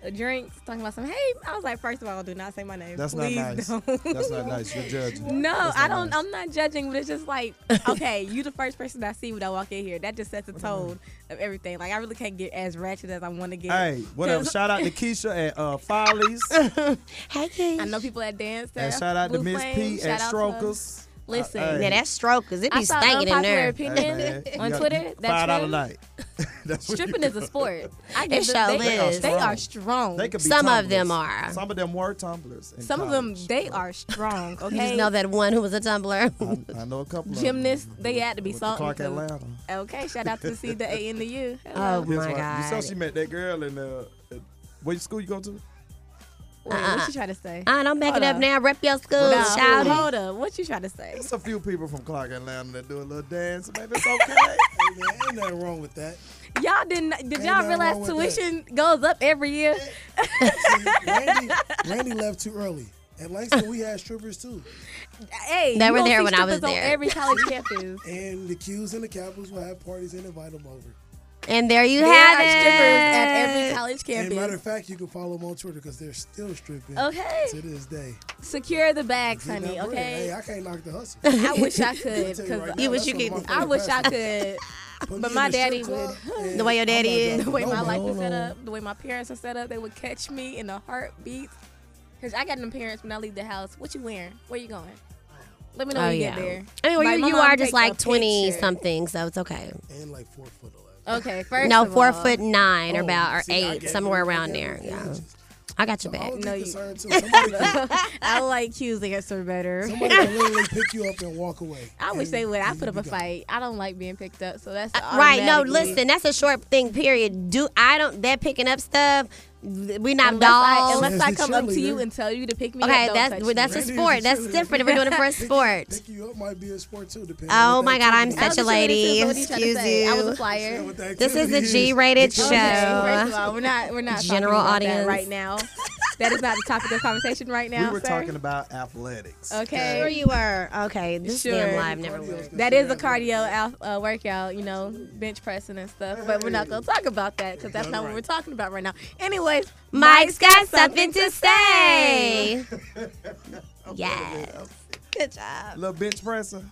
Speaker 3: a drink, talking about some. Hey, I was like, first of all, do not say my name.
Speaker 2: That's
Speaker 3: Please
Speaker 2: not nice.
Speaker 3: Don't.
Speaker 2: That's not nice. You're judging.
Speaker 3: No,
Speaker 2: That's
Speaker 3: I
Speaker 2: not
Speaker 3: don't.
Speaker 2: nice.
Speaker 3: I'm not judging, but it's just like, okay, you the first person I see when I walk in here. That just sets the tone of everything. Like I really can't get as ratchet as I want to get.
Speaker 2: Hey, whatever. Shout out to Keisha at uh, Follies. and
Speaker 1: Hey, kids.
Speaker 3: I know people at dance.
Speaker 2: shout out to
Speaker 3: Blue
Speaker 2: Miss
Speaker 3: Flame,
Speaker 2: P
Speaker 3: shout
Speaker 2: at
Speaker 3: out to-
Speaker 2: Strokers.
Speaker 3: Listen,
Speaker 2: Uh, hey.
Speaker 1: Yeah, that's strokers. It
Speaker 3: I
Speaker 1: be
Speaker 3: saw
Speaker 1: stinking in
Speaker 3: unpopular
Speaker 1: there.
Speaker 3: opinion
Speaker 2: man.
Speaker 3: on
Speaker 2: You got-
Speaker 3: Twitter. That's
Speaker 2: Five dollar
Speaker 3: true.
Speaker 2: night. That's what
Speaker 3: Stripping
Speaker 2: you-
Speaker 3: is a sport. I
Speaker 1: It
Speaker 3: give them-
Speaker 1: sure
Speaker 3: they,
Speaker 1: is.
Speaker 3: They
Speaker 2: Strong.
Speaker 3: are strong.
Speaker 2: They could be
Speaker 1: Some of them
Speaker 2: tumblers.
Speaker 1: are.
Speaker 2: Some of them were tumblers. in
Speaker 3: Some of them,
Speaker 2: college.
Speaker 3: they are strong.
Speaker 1: You
Speaker 3: Okay.
Speaker 1: just know that one who was a tumbler.
Speaker 2: I, I know a couple. of them.
Speaker 3: Gymnasts, they had to be
Speaker 2: With the Clark
Speaker 3: something.
Speaker 2: Atlanta.
Speaker 3: Okay. Shout out to see the A and the U.
Speaker 1: Oh
Speaker 2: That's
Speaker 1: my
Speaker 2: why- You saw
Speaker 1: god.
Speaker 2: she met that girl in uh, at- what school you go to?
Speaker 3: Wait,
Speaker 1: uh-uh.
Speaker 3: what you trying to say?
Speaker 1: I don't make it
Speaker 3: Hold
Speaker 1: up
Speaker 3: up.
Speaker 1: now. Rep your school,
Speaker 3: No,
Speaker 1: shout it.
Speaker 3: hold up. What you trying to say?
Speaker 2: There's a few people from Clark Atlanta that do a little dance. Maybe it's okay.
Speaker 4: Hey, man, ain't nothing wrong with that.
Speaker 3: Y'all didn't? Did
Speaker 4: Ain't
Speaker 3: y'all
Speaker 4: nothing wrong
Speaker 3: realize
Speaker 4: with that.
Speaker 3: tuition goes up every year?
Speaker 4: Randy, Randy left too early. At Langston, we had strippers too.
Speaker 3: Hey,
Speaker 1: They
Speaker 3: you
Speaker 1: were
Speaker 3: gonna
Speaker 1: there
Speaker 3: see
Speaker 1: when I was
Speaker 3: strippers on
Speaker 1: there.
Speaker 3: Every college campus.
Speaker 4: And the Qs and the Capitals will have parties and invite them over.
Speaker 1: And there you
Speaker 3: There
Speaker 1: have
Speaker 3: are
Speaker 1: it.
Speaker 3: strippers at every college
Speaker 4: And matter
Speaker 3: campus.
Speaker 4: of fact, you can follow them on Twitter because they're still stripping
Speaker 3: Okay.
Speaker 4: to this day.
Speaker 3: Secure the bags,
Speaker 4: Getting
Speaker 3: honey.
Speaker 4: that bread. Hey,
Speaker 3: Okay.
Speaker 4: I can't knock the hustle.
Speaker 3: I wish I
Speaker 4: I'll
Speaker 3: could
Speaker 4: tell you right
Speaker 3: because
Speaker 4: now,
Speaker 1: You wish
Speaker 4: that's
Speaker 1: you
Speaker 4: one of
Speaker 1: could-
Speaker 4: my
Speaker 3: I wish I
Speaker 4: favorite
Speaker 3: could.
Speaker 4: passions. Put me
Speaker 3: but
Speaker 4: in
Speaker 3: my
Speaker 4: a strip
Speaker 3: daddy
Speaker 4: club and
Speaker 1: The way your
Speaker 4: I'm
Speaker 1: daddy
Speaker 4: not
Speaker 1: is.
Speaker 4: driving
Speaker 3: the way my
Speaker 4: nowhere.
Speaker 3: life is set up, the way my parents are set up, they would catch me in a heartbeat. Cause I got them parents when I leave the house. What you wearing? Where you going? Let me know
Speaker 1: Oh
Speaker 3: when you
Speaker 1: yeah.
Speaker 3: get there.
Speaker 1: I mean, well,
Speaker 3: Like,
Speaker 1: you,
Speaker 3: my
Speaker 1: you
Speaker 3: mom
Speaker 1: are just
Speaker 3: take a
Speaker 1: like twenty
Speaker 3: picture.
Speaker 1: something, so it's okay.
Speaker 4: And like four foot eleven.
Speaker 3: Okay, first
Speaker 1: no,
Speaker 3: of
Speaker 1: four
Speaker 3: all,
Speaker 1: foot nine or
Speaker 4: Oh,
Speaker 1: about or
Speaker 4: see, I
Speaker 1: eight,
Speaker 4: gave
Speaker 1: somewhere
Speaker 4: you- I
Speaker 1: around
Speaker 4: gave you
Speaker 1: there.
Speaker 4: the
Speaker 1: Yeah,
Speaker 4: ages.
Speaker 1: I got your
Speaker 4: I
Speaker 1: back.
Speaker 4: would
Speaker 3: No,
Speaker 4: be
Speaker 3: you-
Speaker 4: concerned too. Somebody can,
Speaker 3: I like Q's answer better.
Speaker 4: somebody can literally pick you up and walk away.
Speaker 3: I wish
Speaker 4: And
Speaker 3: they would. I
Speaker 4: you
Speaker 3: put up
Speaker 4: be
Speaker 3: a
Speaker 4: gone.
Speaker 3: fight. I don't like being picked up, so that's
Speaker 1: Uh, Right? No,
Speaker 3: automatically-
Speaker 1: listen, that's a short thing. Period. Do I don't that picking up stuff? We not
Speaker 3: Unless I,
Speaker 1: dolls.
Speaker 3: unless
Speaker 4: As
Speaker 3: I
Speaker 4: the
Speaker 3: come up to you
Speaker 4: cheerleader.
Speaker 3: and tell you to pick me
Speaker 1: okay,
Speaker 3: up. don't touch
Speaker 1: that's
Speaker 3: me.
Speaker 1: that's a
Speaker 4: Randy is
Speaker 1: sport.
Speaker 4: a
Speaker 1: That's
Speaker 4: cheerleader.
Speaker 1: different. If we're doing it for a sport.
Speaker 4: Pick you up might be a sport too, depending.
Speaker 1: Oh
Speaker 4: on what
Speaker 1: my God,
Speaker 4: that
Speaker 1: I'm
Speaker 4: team
Speaker 1: such
Speaker 4: is.
Speaker 1: a lady.
Speaker 3: I was just trying to
Speaker 1: Excuse
Speaker 3: say. I was
Speaker 1: you.
Speaker 3: a flyer.
Speaker 4: What the
Speaker 1: This is
Speaker 4: activity
Speaker 1: a G-rated
Speaker 4: Because-
Speaker 1: show.
Speaker 3: Okay, first of all, we're not we're not
Speaker 1: General
Speaker 3: general talking about
Speaker 1: audience.
Speaker 3: that right now. That is not the topic of conversation right now.
Speaker 2: we were
Speaker 3: sir.
Speaker 2: talking about athletics.
Speaker 3: Okay.
Speaker 1: Sure you were. Okay, this damn
Speaker 3: Sure.
Speaker 1: live never
Speaker 4: Cardio
Speaker 1: worked.
Speaker 4: stuff.
Speaker 3: That is a cardio al- uh, workout, you know, bench pressing and stuff. But we're not gonna talk about that because that's not what we're talking about right now. Anyways,
Speaker 1: Mike's got something to say. yes. Good job.
Speaker 2: Little bench presser.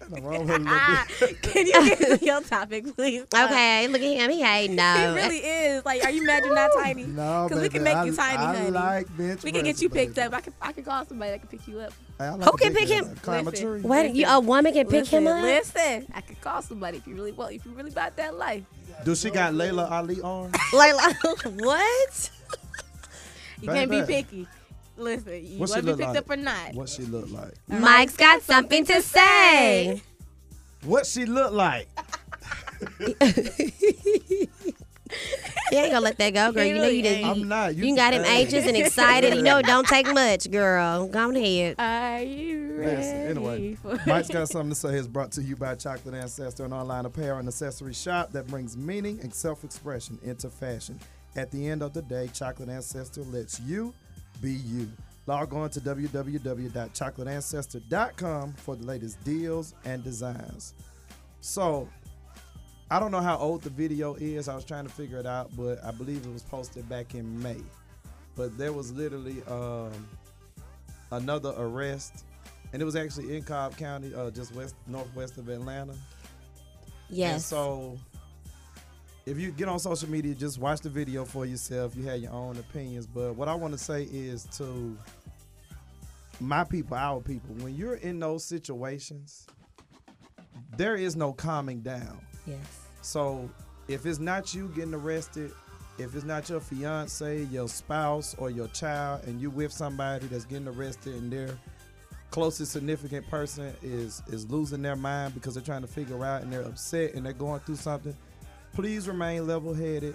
Speaker 2: Nothing wrong with a little
Speaker 3: Ah,
Speaker 2: bench-
Speaker 3: can you get to your topic, please?
Speaker 1: Okay, uh, look at him. He ain't
Speaker 3: It
Speaker 1: no.
Speaker 3: really is. Like, are you mad you're not tiny?
Speaker 2: No,
Speaker 3: Because we can
Speaker 2: baby,
Speaker 3: make you
Speaker 2: I-
Speaker 3: tiny,
Speaker 2: I
Speaker 3: honey.
Speaker 2: like bench
Speaker 3: we can get
Speaker 2: presser,
Speaker 3: you picked
Speaker 2: baby.
Speaker 3: up. I can, I can call somebody that can pick you up.
Speaker 2: Hey, I like
Speaker 1: Who
Speaker 2: a
Speaker 1: can pick
Speaker 2: big
Speaker 1: him?
Speaker 2: man. Climb a
Speaker 3: Listen.
Speaker 2: tree.
Speaker 1: Wait, you, a woman can pick
Speaker 3: listen,
Speaker 1: him up?
Speaker 3: Listen, I could call somebody if you really want. If you really about that life,
Speaker 2: Do she got Layla Ali arms?
Speaker 1: Like, like, what?
Speaker 3: you can't be
Speaker 2: Baby.
Speaker 3: picky. listen, you
Speaker 2: What's she
Speaker 3: want to be
Speaker 2: look
Speaker 3: picked
Speaker 2: like?
Speaker 3: up or not?
Speaker 2: What she look like?
Speaker 1: Mike's got something to say.
Speaker 2: What she look like?
Speaker 1: You ain't gonna let that go, girl.
Speaker 3: He
Speaker 1: You know you
Speaker 3: really
Speaker 1: did.
Speaker 3: ain't.
Speaker 1: You,
Speaker 2: I'm not.
Speaker 1: you got him
Speaker 2: Hey.
Speaker 1: anxious and excited. You know it don't take much, girl. Go ahead.
Speaker 3: Are you ready?
Speaker 2: Listen, anyway,
Speaker 3: for-
Speaker 2: Mike's Got Something to Say is brought to you by Chocolate Ancestor, an online apparel and accessory shop that brings meaning and self expression into fashion. At the end of the day, Chocolate Ancestor lets you be you. Log on to www.chocolateancestor.com for the latest deals and designs. So, I don't know how old the video is. I was trying to figure it out, but I believe it was posted back in May. But there was literally um, another arrest, and it was actually in Cobb County, uh, just west northwest of Atlanta. And
Speaker 1: Yes.
Speaker 2: so, if you get on social media, just watch the video for yourself. You have your own opinions. But what I want to say is to my people, our people, when you're in those situations, there is no calming down.
Speaker 1: yes.
Speaker 2: So if it's not you getting arrested, if it's not your fiance, your spouse, or your child, and you with somebody that's getting arrested and their closest significant person is is losing their mind because they're trying to figure out and they're upset and they're going through something, please remain level headed.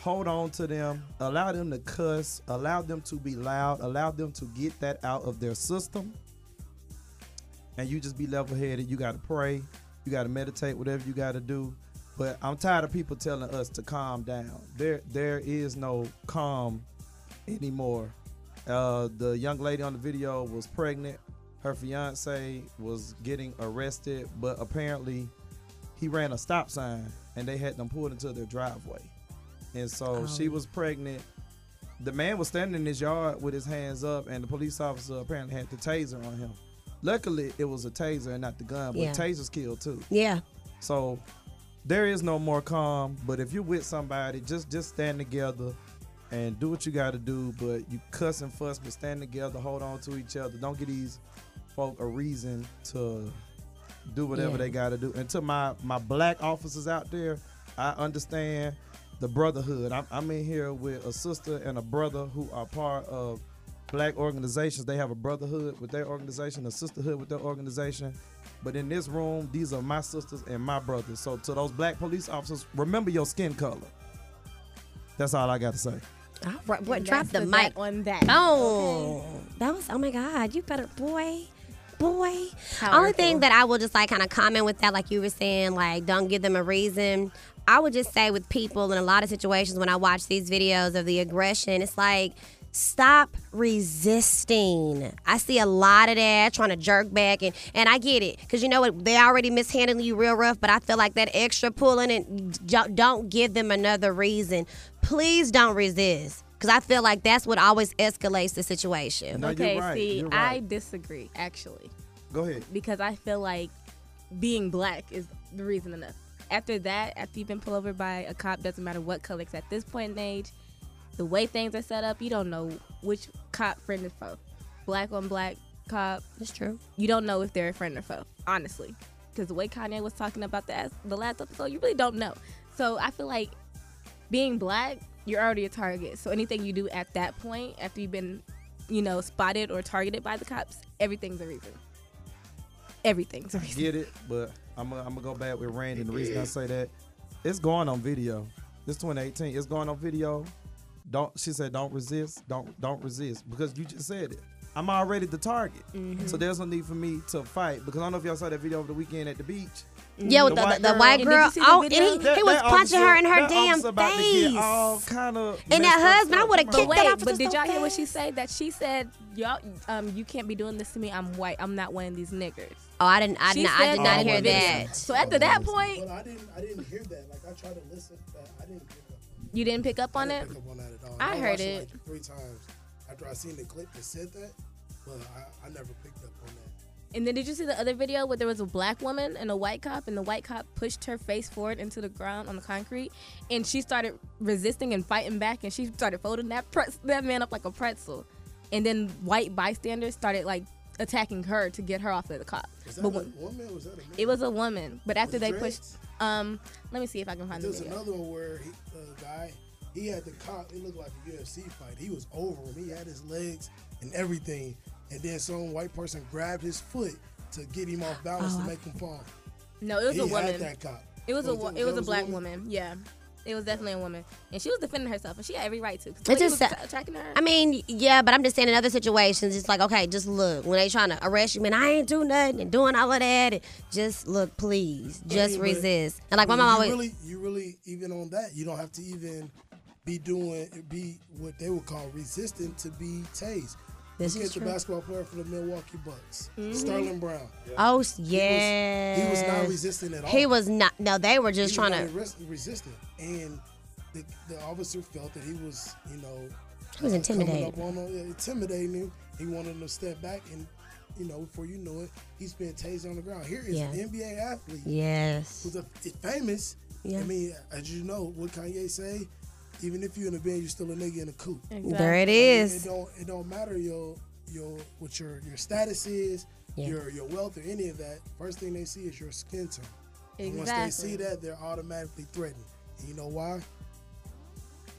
Speaker 2: Hold on to them. Allow them to cuss. Allow them to be loud. Allow them to get that out of their system and you just be level headed. You got to pray, you got to meditate, whatever you got to do. But I'm tired of people telling us to calm down. There, there is no calm anymore. Uh, the young lady on the video was pregnant. Her fiance was getting arrested, but apparently he ran a stop sign and they had them pulled into their driveway. And so she was pregnant. The man was standing in his yard with his hands up, and the police officer apparently had the taser on him. Luckily, it was a taser and not the gun, but
Speaker 1: Yeah.
Speaker 2: tasers kill too.
Speaker 1: Yeah.
Speaker 2: So there is no more calm. But if you're with somebody, just just stand together and do what you got to do. But you cuss and fuss, but stand together, hold on to each other. Don't give these folk a reason to do whatever
Speaker 1: Yeah.
Speaker 2: they got to do. And to my my black officers out there, I understand the brotherhood. I'm, I'm in here with a sister and a brother who are part of black organizations. They have a brotherhood with their organization, a sisterhood with their organization. But in this room, these are my sisters and my brothers. So to those black police officers, remember your skin color. That's all I got to say.
Speaker 1: All right. Boy,
Speaker 3: And
Speaker 1: drop
Speaker 3: that's
Speaker 1: the
Speaker 3: that
Speaker 1: mic.
Speaker 3: on that.
Speaker 1: Oh, that was oh my god! You better, boy, boy. Only
Speaker 3: Powerful.
Speaker 1: thing that I will just like kind of comment with that, like you were saying, like don't give them a reason. I would just say with people in a lot of situations when I watch these videos of the aggression, it's like stop resisting. I see a lot of that trying to jerk back and and I get it cuz you know what they already mishandling you real rough, but I feel like that extra pulling and j- don't give them another reason. Please don't resist cuz I feel like that's what always escalates the situation.
Speaker 2: No,
Speaker 3: okay,
Speaker 2: you're right.
Speaker 3: see,
Speaker 2: you're
Speaker 3: I
Speaker 2: right.
Speaker 3: disagree actually
Speaker 2: Go ahead.
Speaker 3: because I feel like being black is the reason enough. After that, after you've been pulled over by a cop, doesn't matter what color. 'cause at this point in age, the way things are set up, you don't know which cop friend is foe. Black on black cop,
Speaker 1: That's true.
Speaker 3: you don't know if they're a friend or foe, honestly. Because the way Kanye was talking about that the last episode, you really don't know. So I feel like being black, you're already a target. So anything you do at that point, after you've been, you know, spotted or targeted by the cops, everything's a reason. Everything's a reason.
Speaker 2: get it, but I'm gonna I'm go back with Randy. And the reason I say that, it's going on video. This 2018, it's going on video. Don't she said don't resist, don't don't resist because you just said it. I'm already the target,
Speaker 1: Mm-hmm.
Speaker 2: so there's no need for me to fight because I don't know if y'all saw that video over the weekend at the beach.
Speaker 1: Mm. Yeah, with
Speaker 2: The
Speaker 1: the,
Speaker 2: white
Speaker 1: the, the
Speaker 2: girl.
Speaker 1: white
Speaker 3: And did you
Speaker 1: girl.
Speaker 3: see the
Speaker 1: oh, and he,
Speaker 3: video?
Speaker 1: he was
Speaker 2: That
Speaker 1: punching her in
Speaker 2: officer-
Speaker 1: her
Speaker 2: that
Speaker 1: damn
Speaker 2: officer about to get all
Speaker 1: face.
Speaker 2: kind of
Speaker 1: And that husband, I would've
Speaker 3: But
Speaker 1: kicked
Speaker 3: wait,
Speaker 1: that officer
Speaker 3: but did
Speaker 1: so
Speaker 3: y'all hear what
Speaker 1: fast.
Speaker 3: she said? That she said, y'all, um, you can't be doing this to me. I'm white. I'm not one of these niggers.
Speaker 1: Oh, I didn't. I,
Speaker 3: She
Speaker 1: did not- I
Speaker 3: said
Speaker 1: did not
Speaker 2: that
Speaker 1: hear
Speaker 2: on video.
Speaker 1: that.
Speaker 3: So after that point,
Speaker 4: But I didn't. I didn't hear that. Like I tried to listen, but I didn't pick up.
Speaker 3: you didn't pick up
Speaker 4: I
Speaker 3: on
Speaker 4: didn't
Speaker 3: it.
Speaker 4: pick up on that at all.
Speaker 3: I heard
Speaker 4: watched
Speaker 3: it.
Speaker 4: like three times after I seen the clip that said that, but I, I never picked up on that.
Speaker 3: And then did you see the other video where there was a black woman and a white cop, and the white cop pushed her face forward into the ground on the concrete, and she started resisting and fighting back, and she started folding that pret- that man up like a pretzel, and then white bystanders started like attacking her to get her off of the cop.
Speaker 4: Was that
Speaker 3: But
Speaker 4: a
Speaker 3: when,
Speaker 4: woman? Was that a man?
Speaker 3: it was a woman, but after
Speaker 4: With
Speaker 3: they
Speaker 4: dreads?
Speaker 3: pushed, um, let me see if I can find the
Speaker 4: There's
Speaker 3: video.
Speaker 4: another one where he, the uh, guy He had the cop. It looked like a UFC fight. He was over him. He had his legs and everything. And then some white person grabbed his foot to get him off balance
Speaker 1: Oh,
Speaker 4: to
Speaker 1: I-
Speaker 4: make him fall.
Speaker 3: No, it was
Speaker 4: he
Speaker 3: a
Speaker 4: had
Speaker 3: woman.
Speaker 4: that cop.
Speaker 3: It was a
Speaker 4: Was
Speaker 3: wo-
Speaker 4: it-
Speaker 3: it was
Speaker 4: that
Speaker 3: a
Speaker 4: was a
Speaker 3: black
Speaker 4: woman?
Speaker 3: woman. Yeah, it was definitely a woman, and she was defending herself, and she had every right to. 'cause the
Speaker 1: It
Speaker 3: way he
Speaker 1: just
Speaker 3: was
Speaker 1: sa-
Speaker 3: tra- tracking her.
Speaker 1: I mean, yeah, but I'm just saying in other situations, it's like, okay, just look. When they trying to arrest you, and I ain't do nothing and doing all of that, and just look, please. Just
Speaker 4: Yeah, but-
Speaker 1: resist. And like my
Speaker 4: You-
Speaker 1: mom
Speaker 4: you
Speaker 1: always,
Speaker 4: really, you really, even on that, you don't have to even be doing be what they would call resistant to be tased.
Speaker 1: This
Speaker 4: Look
Speaker 1: is
Speaker 4: at
Speaker 1: true.
Speaker 4: the
Speaker 1: Mm-hmm.
Speaker 4: basketball player for the Milwaukee Bucks, Sterling Brown.
Speaker 1: oh, s- yeah.
Speaker 4: He was, he was not resistant at all.
Speaker 1: He was not, no, they were
Speaker 4: He
Speaker 1: just
Speaker 4: was
Speaker 1: trying
Speaker 4: not
Speaker 1: to,
Speaker 4: res- resistant, and the, the officer felt that he was, you know,
Speaker 1: he was
Speaker 4: uh, coming
Speaker 1: intimidated.
Speaker 4: up on him, yeah, intimidating him. He wanted him to step back, and you know, before you know it, he's been tased on the ground. Here is
Speaker 1: Yeah.
Speaker 4: an NBA athlete
Speaker 1: Yes.
Speaker 4: who's a, is famous.
Speaker 1: Yeah.
Speaker 4: I mean, as you know, what Kanye say, even if you're in a band, you're still a nigga in a coop.
Speaker 1: There it
Speaker 4: It
Speaker 1: is.
Speaker 4: don't it don't matter your your what your your status is,
Speaker 1: Yeah.
Speaker 4: your your wealth or any of that. First thing they see is your skin tone. And once they see
Speaker 3: Exactly.
Speaker 4: that, they're automatically threatened. And you know why?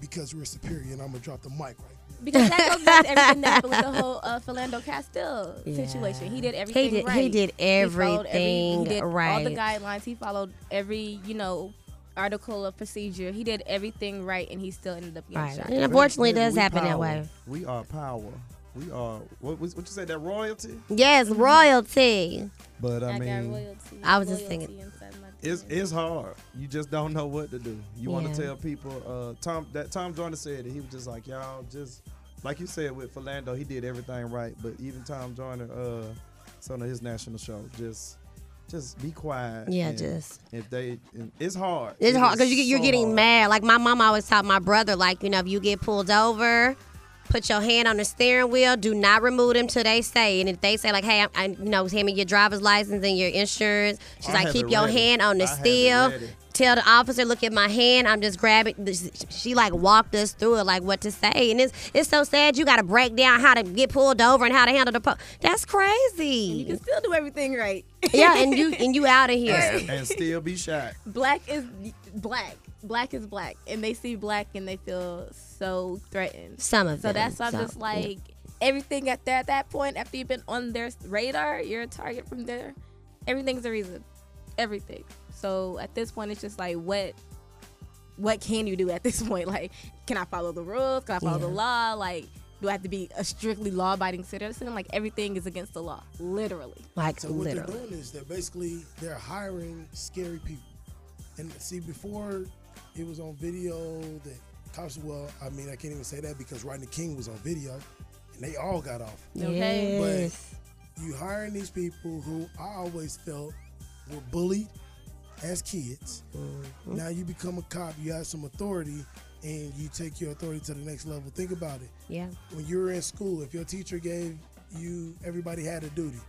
Speaker 4: Because we're superior, and I'm gonna drop the mic right. there.
Speaker 3: Because that goes back to everything that with the whole uh, Philando Castile
Speaker 1: Yeah.
Speaker 3: situation. He did everything
Speaker 1: He did,
Speaker 3: right.
Speaker 1: he did
Speaker 3: followed every-
Speaker 1: everything
Speaker 3: he did All the
Speaker 1: right.
Speaker 3: guidelines. He followed every, you know, article of procedure. He did everything right, and he still ended up getting
Speaker 1: Right.
Speaker 3: shot.
Speaker 1: And unfortunately, it
Speaker 2: Nigga,
Speaker 1: does
Speaker 2: we
Speaker 1: happen that
Speaker 2: power.
Speaker 1: way.
Speaker 2: We are power. We are what? What, what you say? That royalty?
Speaker 1: Yes, royalty.
Speaker 2: But I,
Speaker 3: I, got
Speaker 2: mean,
Speaker 3: royalty.
Speaker 1: I was just
Speaker 3: royalty
Speaker 1: thinking-
Speaker 3: inside my
Speaker 2: it's
Speaker 3: DNA.
Speaker 2: it's hard. You just don't know what to do. You want
Speaker 1: Yeah.
Speaker 2: to tell people. Uh, Tom that Tom Joyner said it. He was just like y'all. Just like you said with Philando, he did everything right. But even Tom Joyner, uh, it's on his national show. Just just be quiet.
Speaker 1: Yeah,
Speaker 2: and
Speaker 1: just-
Speaker 2: if they. and It's hard.
Speaker 1: It's
Speaker 2: It
Speaker 1: hard
Speaker 2: is
Speaker 1: because you get, you're
Speaker 2: so
Speaker 1: getting
Speaker 2: hard.
Speaker 1: mad. Like my mom always taught my brother, like you know, if you get pulled over, put your hand on the steering wheel. Do not remove them till they say. And if they say like, hey, I, I you know, hand me your driver's license and your insurance, she's
Speaker 2: I
Speaker 1: like,
Speaker 2: have
Speaker 1: keep
Speaker 2: it
Speaker 1: your
Speaker 2: ready.
Speaker 1: hand on the
Speaker 2: I have it
Speaker 1: steal.
Speaker 2: ready.
Speaker 1: Tell the officer, look at my hand. I'm just grabbing. This- She like walked us through it, like what to say. And it's it's so sad. You got to break down how to get pulled over and how to handle the. Po- That's
Speaker 3: You
Speaker 1: crazy.
Speaker 3: can still do everything right.
Speaker 1: yeah, and you and you out of here.
Speaker 2: and, and still be shot.
Speaker 3: black is black. Black is black, and they see black and they feel so threatened.
Speaker 1: Some of
Speaker 3: So
Speaker 1: them.
Speaker 3: that's why I'm
Speaker 1: Some-
Speaker 3: just like everything at that, that point after you've been on their radar, you're a target from there. Everything's a reason. Everything. So at this point, it's just like what what can you do at this point? Like, can I follow the rules? Can I follow the
Speaker 1: Yeah.
Speaker 3: law? Like, do I have to be a strictly law-abiding citizen? Like everything is against the law, literally.
Speaker 1: like
Speaker 4: So what
Speaker 1: literally.
Speaker 4: they're doing is they're basically they're hiring scary people. And see, before it was on video that cops. Well, I mean, I can't even say that because Rodney King was on video, and they all got off.
Speaker 3: Okay.
Speaker 4: But-
Speaker 1: Yes.
Speaker 4: you hiring these people who I always felt were bullied as kids. Now you become a cop, you have some authority, and you take your authority to the next level. Think about it.
Speaker 1: Yeah.
Speaker 4: When you were in school, if your teacher gave you, everybody had a duty.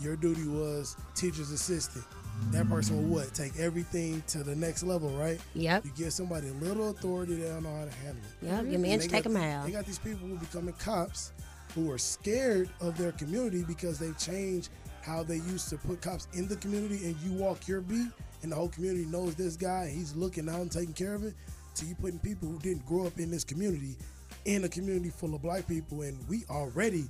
Speaker 4: Your duty was teacher's assistant. That person will what? Take everything to the next level, right?
Speaker 1: Yep.
Speaker 4: You give somebody a little authority, they don't know how to handle it.
Speaker 1: Yep.
Speaker 3: Mhm.
Speaker 1: Your man
Speaker 4: And they
Speaker 1: should take
Speaker 4: got-
Speaker 1: them out.
Speaker 4: They got these people who becoming cops who are scared of their community because they've changed how they used to put cops in the community and you walk your beat and the whole community knows this guy and he's looking out and taking care of it. So you putting people who didn't grow up in this community in a community full of black people and we already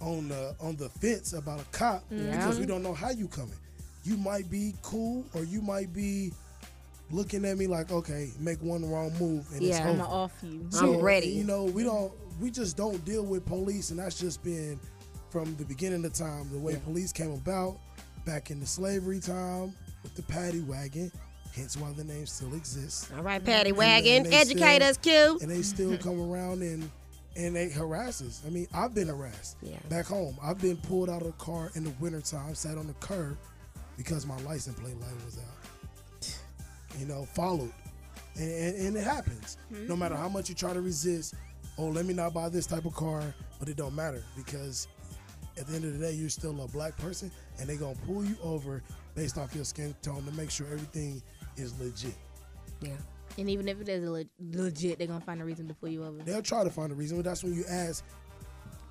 Speaker 4: on the on the fence about a cop because we don't know how you coming. You might be cool or you might be looking at me like, okay, make one wrong move and it's
Speaker 1: Yeah,
Speaker 4: over.
Speaker 3: I'm gonna off you.
Speaker 1: I'm ready.
Speaker 4: You know, we don't we just don't deal with police and that's just been from the beginning of time, the way police came about back in the slavery time with the paddy wagon, hence why the name still exists.
Speaker 1: All right, Patty
Speaker 4: And
Speaker 1: Wagon,
Speaker 4: they- and they
Speaker 1: educate
Speaker 4: still-
Speaker 1: us, Q.
Speaker 4: And they still come around and and they harass us. I mean, I've been harassed
Speaker 1: Yeah.
Speaker 4: back home. I've been pulled out of the car in the wintertime, sat on the curb because my license plate light was out. You know, followed. And, and, and it happens. No matter how much you try to resist, oh, let me not buy this type of car, but it don't matter because at the end of the day, you're still a black person and they're going to pull you over based off your skin tone to make sure everything is legit.
Speaker 1: Yeah.
Speaker 3: And even if it is le- legit, they're gonna find a reason to pull you over.
Speaker 4: They'll try to find a reason, but that's when you ask,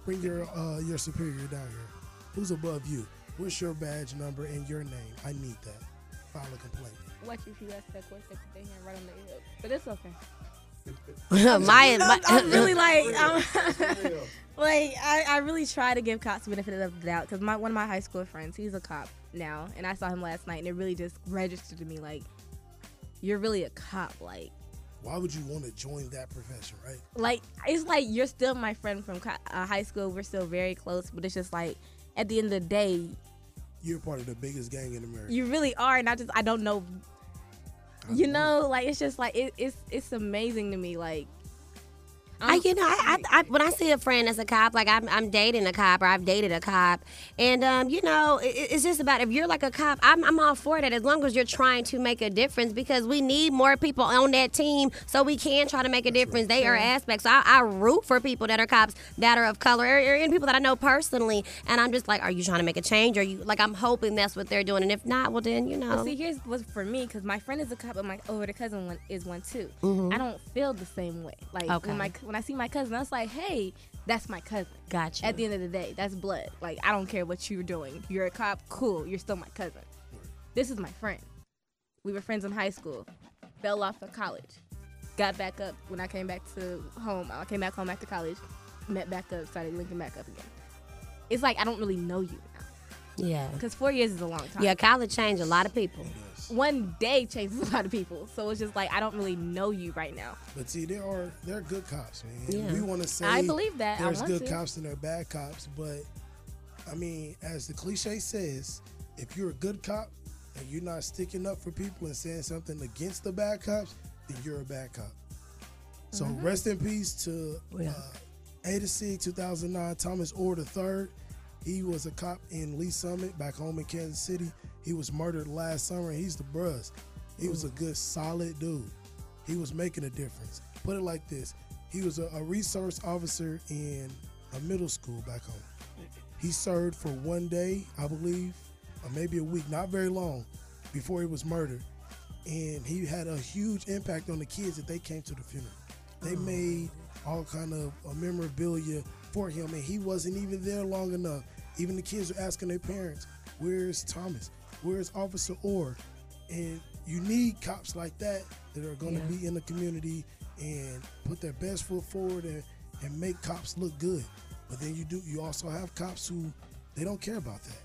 Speaker 4: bring your uh, your superior down here. Who's above you? What's your badge number and your name? I need that. File a complaint.
Speaker 3: Watch if you ask that question if they hand right on the ear. But it's okay.
Speaker 1: my,
Speaker 3: I'm,
Speaker 1: my
Speaker 3: I'm really like, I'm, like I, I really try to give cops the benefit of the doubt because my one of my high school friends, he's a cop now, and I saw him last night, and it really just registered to me like, you're really a cop, like.
Speaker 4: Why would you want to join that profession, right?
Speaker 3: like it's like you're still my friend from co- uh, high school. We're still very close, but it's just like at the end of the day,
Speaker 4: You're part of the biggest gang in America.
Speaker 3: you really are, and I just I don't know.
Speaker 4: I
Speaker 3: You
Speaker 4: know.
Speaker 3: know, like it's just like it, it's it's amazing to me. Like, um,
Speaker 1: I,
Speaker 3: I'm-
Speaker 1: you know, I, I, I when I see a friend that's a cop, like I'm, I'm dating a cop or I've dated a cop, and um, you know, it, it's just about if you're like a cop, I'm, I'm all for that as long as you're trying to make a difference because we need more people on that team so we can try to make a difference. They are aspects. So I, I root for people that are cops that are of color or, or even people that I know personally, and I'm just like, are you trying to make a change? Are you like I'm hoping that's what they're doing, and if not, well then you know.
Speaker 3: Well, see, here's what's for me because my friend is a cop, and my older cousin one is one too. I don't feel the same way. Like
Speaker 1: Mm-hmm. Okay.
Speaker 3: when my when I see my cousin, I was like, hey, that's my cousin.
Speaker 1: Gotcha.
Speaker 3: At the end of the day, that's blood. Like I don't care what you're doing. You're a cop, cool. You're still my cousin. This is my friend. We were friends in high school. Fell off in college. Got back up when I came back to home. I came back home after college. Met back up. Started linking back up again. It's like I don't really know you now
Speaker 1: yeah.
Speaker 3: because four years is a long time
Speaker 1: Yeah, college changed a lot of people.
Speaker 3: one day changes a lot of people. So it's just like I don't really know you right now.
Speaker 4: But see, there are there are good cops, man.
Speaker 1: Yeah.
Speaker 4: We want to say
Speaker 3: I believe that. I
Speaker 4: there's
Speaker 3: want
Speaker 4: good
Speaker 3: to.
Speaker 4: cops and there are bad cops, but I mean, as the cliche says, if you're a good cop and you're not sticking up for people and saying something against the bad cops, then you're a bad cop. So
Speaker 3: Mm-hmm.
Speaker 4: rest in peace to
Speaker 1: Yeah.
Speaker 4: uh, A to C 2009 Thomas Orr III. He was a cop in Lee Summit back home in Kansas City. He was murdered last summer. He's the bruss. He was a good, solid dude. He was making a difference. Put it like this he was a, a resource officer in a middle school back home. He served for one day, I believe, or maybe a week, not very long, before he was murdered. And he had a huge impact on the kids that they came to the funeral. They made all kind of uh, memorabilia for him, and he wasn't even there long enough. Even the kids were asking their parents, "Where's Thomas? Where's Officer Orr?" And you need cops like that that are going to be in the community and put their best foot forward and, and make cops look good. But then you do you also have cops who they don't care about that.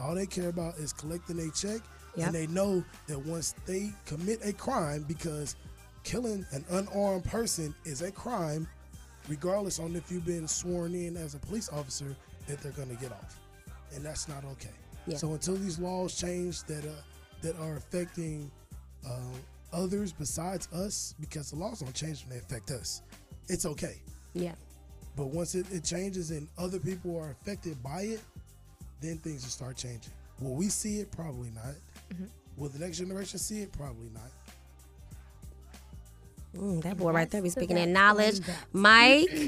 Speaker 4: All they care about is collecting a check,
Speaker 1: Yep.
Speaker 4: and they know that once they commit a crime, because killing an unarmed person is a crime, regardless on if you've been sworn in as a police officer, that they're going to get off, and that's not okay.
Speaker 1: Yeah.
Speaker 4: So until these laws change that uh, that are affecting uh, others besides us, because the laws don't change when they affect us, it's okay.
Speaker 1: Yeah.
Speaker 4: But once it, it changes and other people are affected by it, then things will start changing. Will we see it? Probably not.
Speaker 3: Mm-hmm.
Speaker 4: Will the next generation see it? Probably not.
Speaker 1: Mm, that boy right there be
Speaker 3: That's the
Speaker 1: speaking that
Speaker 3: best
Speaker 1: knowledge.
Speaker 3: one.
Speaker 1: Mike,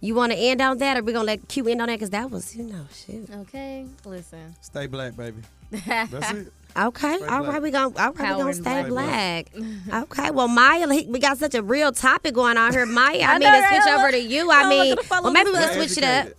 Speaker 1: you want to end on that, or we gonna let Q end on that? Because that was, you know, shoot.
Speaker 3: Okay, listen.
Speaker 2: Stay black, baby. That's it.
Speaker 1: Okay,
Speaker 2: Stay
Speaker 1: all
Speaker 2: black.
Speaker 1: right, we gonna all right, we
Speaker 3: Power
Speaker 1: gonna
Speaker 3: and
Speaker 1: stay black.
Speaker 2: black.
Speaker 1: okay, well, Maya, he- we got such a real topic going on here, Maya. I,
Speaker 3: I
Speaker 1: mean,
Speaker 3: know,
Speaker 1: to switch
Speaker 3: right?
Speaker 1: over to you. I
Speaker 3: I'm
Speaker 1: mean,
Speaker 3: looking to follow
Speaker 1: well, maybe
Speaker 3: this
Speaker 1: we'll
Speaker 2: We're
Speaker 1: switch it up.
Speaker 2: educated.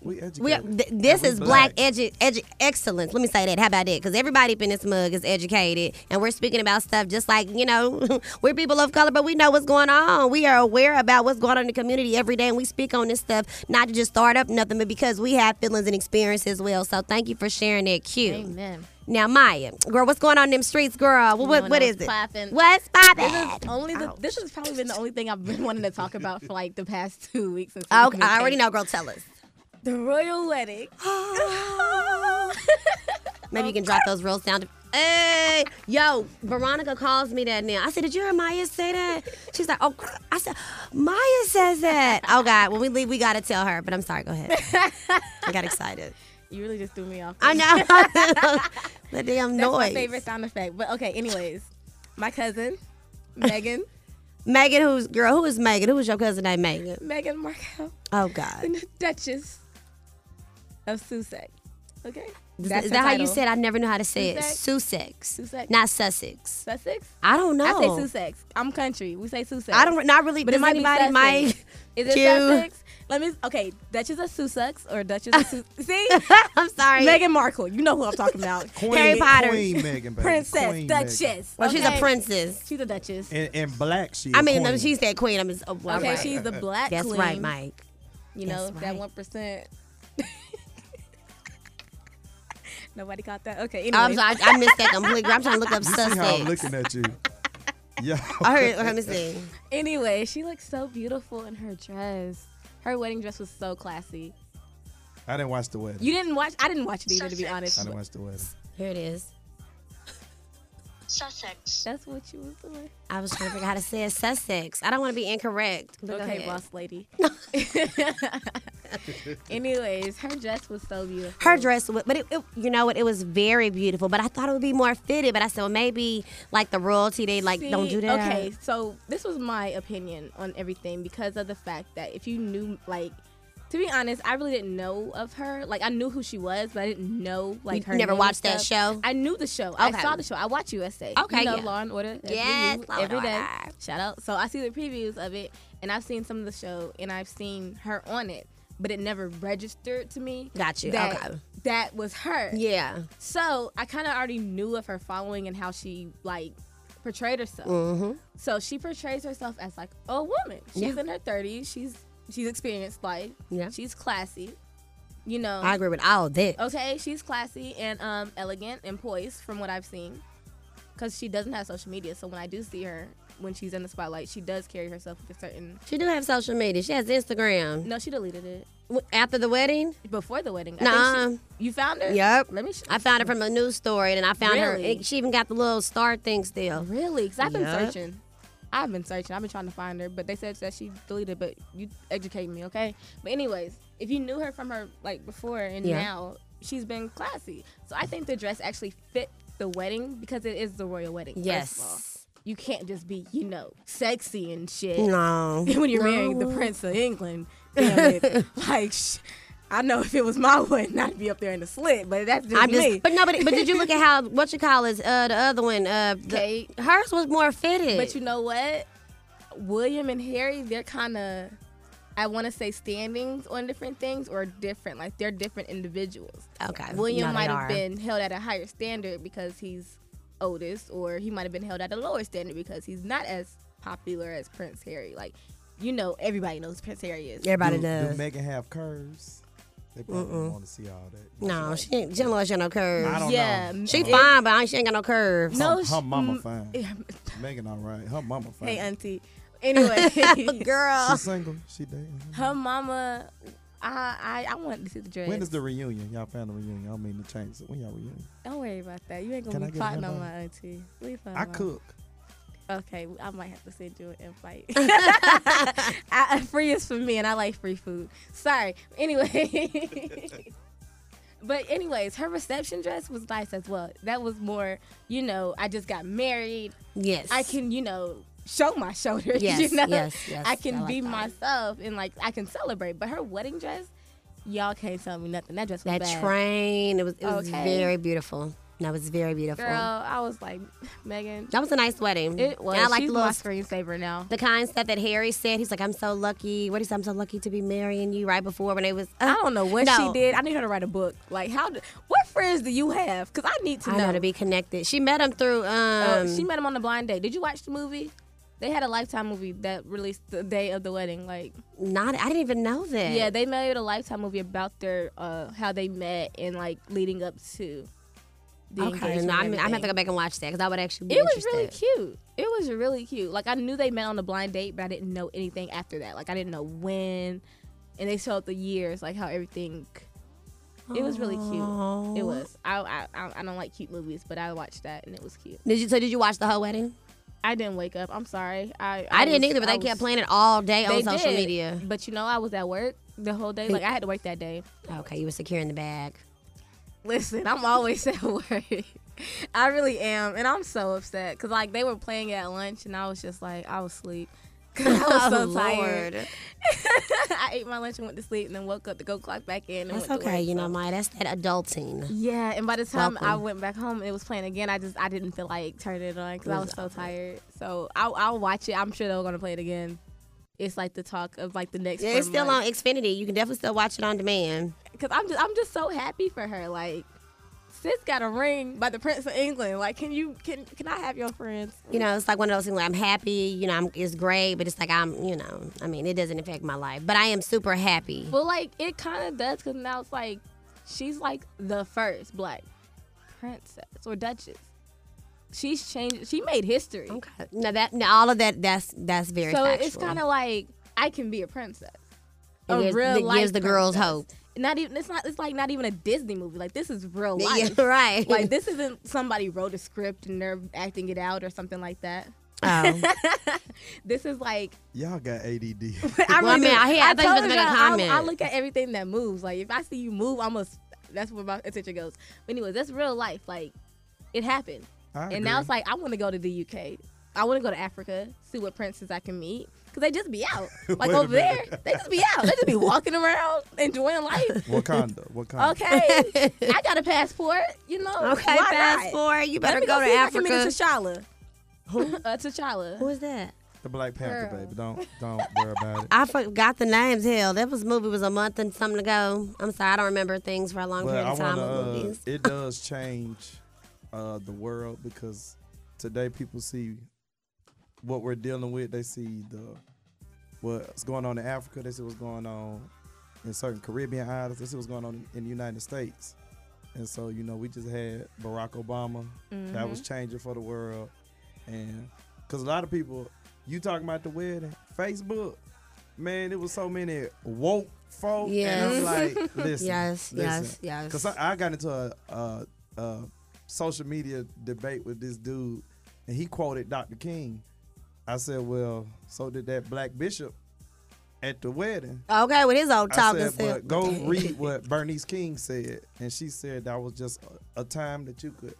Speaker 2: We
Speaker 1: We,
Speaker 2: educated.
Speaker 1: th- this
Speaker 2: We
Speaker 1: is black, edu- edu- excellence. Let me say that. How about it? Because everybody up in this mug is educated, and we're speaking about stuff just like you know we're people of color, but we know what's going on. We are aware about what's going on in the community every day, and we speak on this stuff not to just start up nothing, but because we have feelings and experience as well. So thank you for sharing that, Q.
Speaker 3: Amen.
Speaker 1: Now, Maya, girl, what's going on in them streets, girl? What what,
Speaker 3: know
Speaker 1: what is
Speaker 3: what's
Speaker 1: it?
Speaker 3: poppin'.
Speaker 1: What's
Speaker 3: This
Speaker 1: poppin'?
Speaker 3: is only the, this has probably been the only thing I've been wanting to talk about for like the past two weeks. Since we
Speaker 1: Okay, I already
Speaker 3: communicated.
Speaker 1: know, girl. Tell us.
Speaker 3: the royal wedding.
Speaker 1: Maybe you can drop those real sound. Hey, yo, Veronica calls me that now. I said, Did you hear Maya say that? She's like, Oh, crap." I said, Maya says that. Oh, God, when we leave, we got to tell her. But I'm sorry, go ahead. I got excited.
Speaker 3: You really just threw me off.
Speaker 1: I know. the damn
Speaker 3: That's
Speaker 1: noise.
Speaker 3: my favorite sound effect. But okay, anyways, my cousin Megan,
Speaker 1: Megan, who's, girl, who is Megan? Who was your cousin named Megan?
Speaker 3: Megan Markle,
Speaker 1: Oh, God.
Speaker 3: and the Duchess of Sussex. Okay.
Speaker 1: Is
Speaker 3: That's
Speaker 1: is
Speaker 3: the
Speaker 1: that how you
Speaker 3: title.
Speaker 1: said? I never knew how to say it. Sussex,
Speaker 3: Sussex?
Speaker 1: not Sussex.
Speaker 3: Sussex?
Speaker 1: I don't know.
Speaker 3: I say Sussex. I'm country. We say Sussex.
Speaker 1: I don't. Not really.
Speaker 3: But it
Speaker 1: does
Speaker 3: might be
Speaker 1: anybody?
Speaker 3: Sussex.
Speaker 1: might-
Speaker 3: Is it
Speaker 1: Q.
Speaker 3: Sussex? Let me. Okay, Duchess of Sussex or Duchess of Sus- See?
Speaker 1: I'm sorry.
Speaker 3: Meghan Markle. You know who I'm talking about.
Speaker 2: Queen,
Speaker 1: Harry Potter.
Speaker 2: Queen Meghan, baby.
Speaker 3: Princess,
Speaker 2: Queen
Speaker 3: Duchess.
Speaker 2: Meghan.
Speaker 1: well, she's a
Speaker 3: Okay.
Speaker 1: princess.
Speaker 3: She's a Duchess.
Speaker 2: And, and black, she.
Speaker 1: I
Speaker 2: a
Speaker 1: mean,
Speaker 2: queen.
Speaker 1: she said queen. I'm. Just, oh, well,
Speaker 3: Okay,
Speaker 1: right.
Speaker 3: she's the black
Speaker 1: That's
Speaker 3: queen.
Speaker 1: right, Mike.
Speaker 3: You know,
Speaker 1: That's
Speaker 3: that
Speaker 1: right.
Speaker 3: 1%. Nobody caught that? Okay, anyway.
Speaker 1: I'm sorry. I, I missed that completely. I'm trying to look up
Speaker 2: You see how I'm
Speaker 1: Sussex.
Speaker 2: looking at you? Yeah.
Speaker 1: I heard. Okay, let me see.
Speaker 3: Anyway, she looks so beautiful in her dress. Her wedding dress was so classy.
Speaker 2: I didn't watch the wedding.
Speaker 3: You didn't watch? I didn't watch it either, to be honest.
Speaker 2: I didn't watch the wedding.
Speaker 1: Here it is.
Speaker 5: Sussex.
Speaker 3: That's what you was doing.
Speaker 1: I was trying to figure out how to say it. Sussex. I don't want to be incorrect. But go
Speaker 3: okay,
Speaker 1: ahead.
Speaker 3: boss lady. Anyways, her dress was so beautiful.
Speaker 1: her dress wa- but it, it, you know what it was very beautiful but i thought it would be more fitted but i said well maybe like the royalty they like don't
Speaker 3: See,
Speaker 1: do that
Speaker 3: Okay, so this was my opinion on everything because of the fact that if you knew, like, to be honest, I really didn't know of her. Like, I knew who she was, but I didn't know like
Speaker 1: You
Speaker 3: her.
Speaker 1: never
Speaker 3: name and
Speaker 1: watched that
Speaker 3: stuff.
Speaker 1: show?
Speaker 3: I knew the show. I
Speaker 1: Okay.
Speaker 3: saw the show. I watch USA.
Speaker 1: Okay,
Speaker 3: you know
Speaker 1: yeah.
Speaker 3: Law and Order. SVU,
Speaker 1: Yes, Law and
Speaker 3: every day.
Speaker 1: Order.
Speaker 3: Shout out. So I see the previews of it, and I've seen some of the show, and I've seen her on it, but it never registered to me.
Speaker 1: Got you.
Speaker 3: That,
Speaker 1: Okay.
Speaker 3: That was her.
Speaker 1: yeah
Speaker 3: So I kind of already knew of her following and how she like portrayed herself. So she portrays herself as like a woman. She's
Speaker 1: Mm-hmm. Yeah.
Speaker 3: in her thirties. She's she's experienced life.
Speaker 1: Yeah.
Speaker 3: She's classy. You know.
Speaker 1: i agree with all that
Speaker 3: okay, she's classy and um elegant and poised from what I've seen. Cause she doesn't have social media, so when I do see her when she's in the spotlight, she does carry herself with a certain.
Speaker 1: she do have social media she has instagram
Speaker 3: No, she deleted it
Speaker 1: W- after the wedding
Speaker 3: before the wedding. I
Speaker 1: Nuh-uh.
Speaker 3: think she- you found her.
Speaker 1: Yep.
Speaker 3: Let me. Sh-
Speaker 1: i found her from a news story and i found her
Speaker 3: Really?
Speaker 1: and she even got the little star thing still
Speaker 3: Really? Because I've been
Speaker 1: Yup.
Speaker 3: searching. I've been searching. I've been trying to find her, but they said that she deleted. But you educate me, okay? But anyways, if you knew her from her like before and
Speaker 1: Yeah.
Speaker 3: now, she's been classy. So I think the dress actually fit the wedding because it is the royal wedding. first of all.
Speaker 1: yes
Speaker 3: you can't just be you know sexy and shit
Speaker 1: no
Speaker 3: when you're
Speaker 1: No.
Speaker 3: marrying the prince of England. Damn it. like, sh- I know if it was my wedding, I'd be up there in the slit, but that's just
Speaker 1: I'm just,
Speaker 3: me.
Speaker 1: but no, but, but did you look at how what you call is uh, the other one? Uh, the-
Speaker 3: Kate.
Speaker 1: hers was more fitted.
Speaker 3: But you know what? William and Harry, they're kind of, I want to say standings on different things or different. Like they're different individuals.
Speaker 1: okay, No,
Speaker 3: William
Speaker 1: they
Speaker 3: might have
Speaker 1: are.
Speaker 3: been held at a higher standard because he's oldest, or he might have been held at a lower standard because he's not as popular as Prince Harry. Like, you know, everybody knows Prince Harry is.
Speaker 1: Everybody
Speaker 2: do,
Speaker 1: does.
Speaker 2: Do Meghan have curves? They probably want to see all that.
Speaker 1: no, she ain't- she don't know she got no
Speaker 2: I
Speaker 1: curves.
Speaker 2: don't
Speaker 3: yeah.
Speaker 2: know.
Speaker 1: She
Speaker 2: Her-
Speaker 1: fine, but I ain't- she ain't got no curves.
Speaker 3: No,
Speaker 2: her,
Speaker 3: she-
Speaker 2: mama
Speaker 3: mm,
Speaker 2: fine. Megan, all right. Her mama fine.
Speaker 3: hey, uh, auntie. Anyway,
Speaker 1: girl.
Speaker 2: She's single. She dating.
Speaker 3: her mama. I, I I want to see the dress.
Speaker 2: When is the reunion? Y'all found the reunion. I don't mean to change it. When y'all reunion?
Speaker 3: Don't worry about that. You ain't gonna
Speaker 2: Can I
Speaker 3: be
Speaker 2: get
Speaker 3: plotting
Speaker 2: him
Speaker 3: on
Speaker 2: a-
Speaker 3: my auntie. Leave her
Speaker 2: I
Speaker 3: alone.
Speaker 2: cook.
Speaker 3: Okay, I might have to send you an invite. I, I- uh, free is for me, and I like free food. Sorry. Anyway. But anyways, her reception dress was nice as well. That was more, you know, I just got married.
Speaker 1: Yes.
Speaker 3: I can, you know, show my shoulders.
Speaker 1: Yes,
Speaker 3: you know?
Speaker 1: yes, yes.
Speaker 3: I can
Speaker 1: I like
Speaker 3: be
Speaker 1: that.
Speaker 3: myself and like I can celebrate. But her wedding dress, y'all can't tell me nothing. That dress was
Speaker 1: That
Speaker 3: bad.
Speaker 1: train, it was it was
Speaker 3: Okay.
Speaker 1: very beautiful. That was very beautiful.
Speaker 3: Girl, I was like, Megan,
Speaker 1: That was a nice wedding.
Speaker 3: It was.
Speaker 1: And I like
Speaker 3: She's
Speaker 1: the
Speaker 3: my
Speaker 1: little
Speaker 3: screensaver now.
Speaker 1: the kind stuff that Harry said. He's like, I'm so lucky. What is I'm so lucky to be marrying you right before when it was.
Speaker 3: I don't know what
Speaker 1: Uh, No.
Speaker 3: she did. I need her to write a book. Like, how? Do, what friends do you have? Because I need to
Speaker 1: I
Speaker 3: know.
Speaker 1: know to be connected. She met him through.
Speaker 3: Uh,
Speaker 1: Um,
Speaker 3: she met him on a blind date. Did you watch the movie? They had a Lifetime movie that released the day of the wedding. Like,
Speaker 1: not. I didn't even know that.
Speaker 3: yeah, they made a Lifetime movie about their uh, how they met and like leading up to. The
Speaker 1: Okay.
Speaker 3: engagement
Speaker 1: No,
Speaker 3: and
Speaker 1: I'm, I'm gonna have to
Speaker 3: everything.
Speaker 1: go back and watch that because I would actually. Be
Speaker 3: It was really
Speaker 1: interested.
Speaker 3: cute. It was really cute. Like I knew they met on a blind date, but I didn't know anything after that. Like I didn't know when, and they showed the years, like how everything. It was really cute. It was. I I I- I don't like cute movies, but I watched that and it was cute.
Speaker 1: Did you? So did you watch the whole wedding?
Speaker 3: I didn't wake up. I'm sorry. I
Speaker 1: I, didn't
Speaker 3: was-
Speaker 1: either, but they
Speaker 3: I
Speaker 1: kept
Speaker 3: was-
Speaker 1: playing it all day
Speaker 3: they
Speaker 1: on social
Speaker 3: did,
Speaker 1: media.
Speaker 3: But you know, I was at work the whole day. Like I had to work that day.
Speaker 1: Okay, you were securing the bag.
Speaker 3: Listen, I'm always at work. I really am, and I'm so upset because like they were playing it at lunch, and I was just like, I was asleep. 'cause I was
Speaker 1: Oh,
Speaker 3: so
Speaker 1: Lord.
Speaker 3: tired. I ate my lunch and went to sleep, and then woke up to go clock back in. And
Speaker 1: That's
Speaker 3: went to
Speaker 1: okay,
Speaker 3: work,
Speaker 1: you know,
Speaker 3: so-
Speaker 1: my that's that adulting.
Speaker 3: Yeah, and by the time I
Speaker 1: Welcome.
Speaker 3: went back home and it was playing again, I just I didn't feel like turning it on because I
Speaker 1: It was
Speaker 3: was so tired. So I'll, I'll watch it. I'm sure they're gonna play it again. It's like the talk of like the next.
Speaker 1: Yeah, it's still on Xfinity. You can definitely still watch it on demand.
Speaker 3: because I'm just I'm just so happy for her. Like, sis got a ring by the Prince of England. Like, can you can can I have your friends?
Speaker 1: You know, it's like one of those things. Like I'm happy. You know, I'm, it's great, but it's like I'm. You know, I mean, it doesn't affect my life, but I am super happy.
Speaker 3: Well, like it kind of does because now it's like she's like the first black princess or duchess. She's changed. She made history.
Speaker 1: Okay. No, that no, all of that. That's that's very.
Speaker 3: so
Speaker 1: factual.
Speaker 3: it's kind of like I can be a princess.
Speaker 1: It
Speaker 3: a
Speaker 1: gives-
Speaker 3: real
Speaker 1: it
Speaker 3: life
Speaker 1: gives the girls
Speaker 3: princess.
Speaker 1: hope.
Speaker 3: Not even it's not it's like not even a Disney movie. Like this is real life.
Speaker 1: Yeah, right.
Speaker 3: Like this isn't somebody wrote a script and they're acting it out or something like that.
Speaker 1: Oh.
Speaker 3: This is like
Speaker 2: Y'all got ADD.
Speaker 3: I
Speaker 1: Well, I
Speaker 3: really
Speaker 1: mean,
Speaker 3: do.
Speaker 1: I hear- I thought you was
Speaker 3: told
Speaker 1: making a
Speaker 3: y'all,
Speaker 1: comment.
Speaker 3: I, I look at everything that moves. Like if I see you move, I'm a. That's where my attention goes. But anyways, that's real life. Like it happened,
Speaker 2: I
Speaker 3: and now
Speaker 2: agree.
Speaker 3: it's like I want to go to the UK. I want to go to Africa, see what princes I can meet, cause they just be out. Like
Speaker 2: Wait a
Speaker 3: over there,
Speaker 2: minute.
Speaker 3: they just be out. They just be walking around, enjoying life.
Speaker 2: Wakanda. Wakanda.
Speaker 3: Okay, I got a passport. You know.
Speaker 1: okay,
Speaker 3: why
Speaker 1: fast
Speaker 3: not?
Speaker 1: forward. You
Speaker 3: Let
Speaker 1: better
Speaker 3: me
Speaker 1: go,
Speaker 3: go,
Speaker 1: to
Speaker 3: see if I can meet a
Speaker 1: Africa.
Speaker 3: T'Challa. Who? uh, T'Challa.
Speaker 1: Who is that?
Speaker 2: The Black Panther,
Speaker 3: Girl.
Speaker 2: baby. Don't don't worry about it.
Speaker 1: I forgot the names. Hell, that was movie was a month and something ago. I'm sorry, I don't remember things for a long
Speaker 2: But
Speaker 1: period
Speaker 2: I
Speaker 1: of time
Speaker 2: wanna.
Speaker 1: of
Speaker 2: Uh,
Speaker 1: movies.
Speaker 2: it does change uh, the world because today people see what we're dealing with. They see the what's going on in Africa. They see what's going on in certain Caribbean islands. They see what's going on in the United States. And so you know, we just had Barack Obama. That
Speaker 1: Mm-hmm.
Speaker 2: was changing for the world, and because a lot of people, you talking about the wedding, Facebook. Man, it was so many woke folk.
Speaker 1: Yes.
Speaker 2: And I'm like, listen.
Speaker 1: Yes,
Speaker 2: listen.
Speaker 1: yes, yes.
Speaker 2: Because I, I got into a, a, a social media debate with this dude, and he quoted Dr. King. I said, "Well, so did that black bishop at the wedding."
Speaker 1: Okay, with his old
Speaker 2: I
Speaker 1: talk
Speaker 2: said,
Speaker 1: and stuff.
Speaker 2: "But go read what Bernice King said," and she said that was just a, a time that you could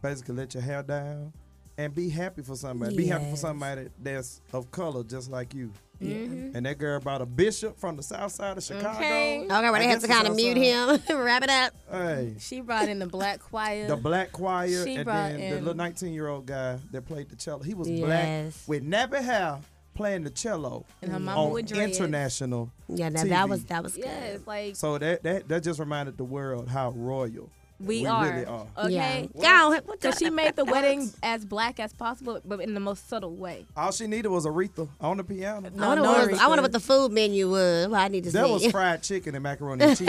Speaker 2: basically let your hair down and be happy for somebody. Be happy for
Speaker 1: Yes.
Speaker 2: somebody that's of color, just like you. And that girl brought a bishop from the south side of Chicago.
Speaker 3: Okay. Okay,
Speaker 1: Okay,
Speaker 2: I
Speaker 1: well, they have
Speaker 2: guess
Speaker 1: to
Speaker 2: it's
Speaker 1: kind of mute him, wrap it up.
Speaker 2: Hey,
Speaker 3: She brought in the black choir.
Speaker 2: the black choir,
Speaker 3: She
Speaker 2: and
Speaker 3: brought
Speaker 2: then the
Speaker 3: in-
Speaker 2: little 19 year old guy that played the cello. He was
Speaker 1: Yes.
Speaker 2: black with nappy hair playing the cello
Speaker 3: And her mama
Speaker 2: on
Speaker 3: with dreads.
Speaker 2: international.
Speaker 1: Yeah, now
Speaker 2: TV.
Speaker 1: that was that was
Speaker 3: Yes,
Speaker 1: good.
Speaker 3: like
Speaker 2: So that, that that just reminded the world how royal
Speaker 3: we,
Speaker 2: we
Speaker 3: are.
Speaker 2: really are.
Speaker 3: Okay.
Speaker 1: Yeah. Go on, what
Speaker 3: So
Speaker 1: the-
Speaker 3: she made the wedding as black as possible, but in the most subtle way.
Speaker 2: All she needed was Aretha on the piano.
Speaker 1: I wonder,
Speaker 3: No,
Speaker 1: what
Speaker 3: no,
Speaker 1: was- I wonder
Speaker 3: Aretha.
Speaker 1: what the food menu was. Well, I need to
Speaker 2: That
Speaker 1: see.
Speaker 2: was fried chicken and macaroni and cheese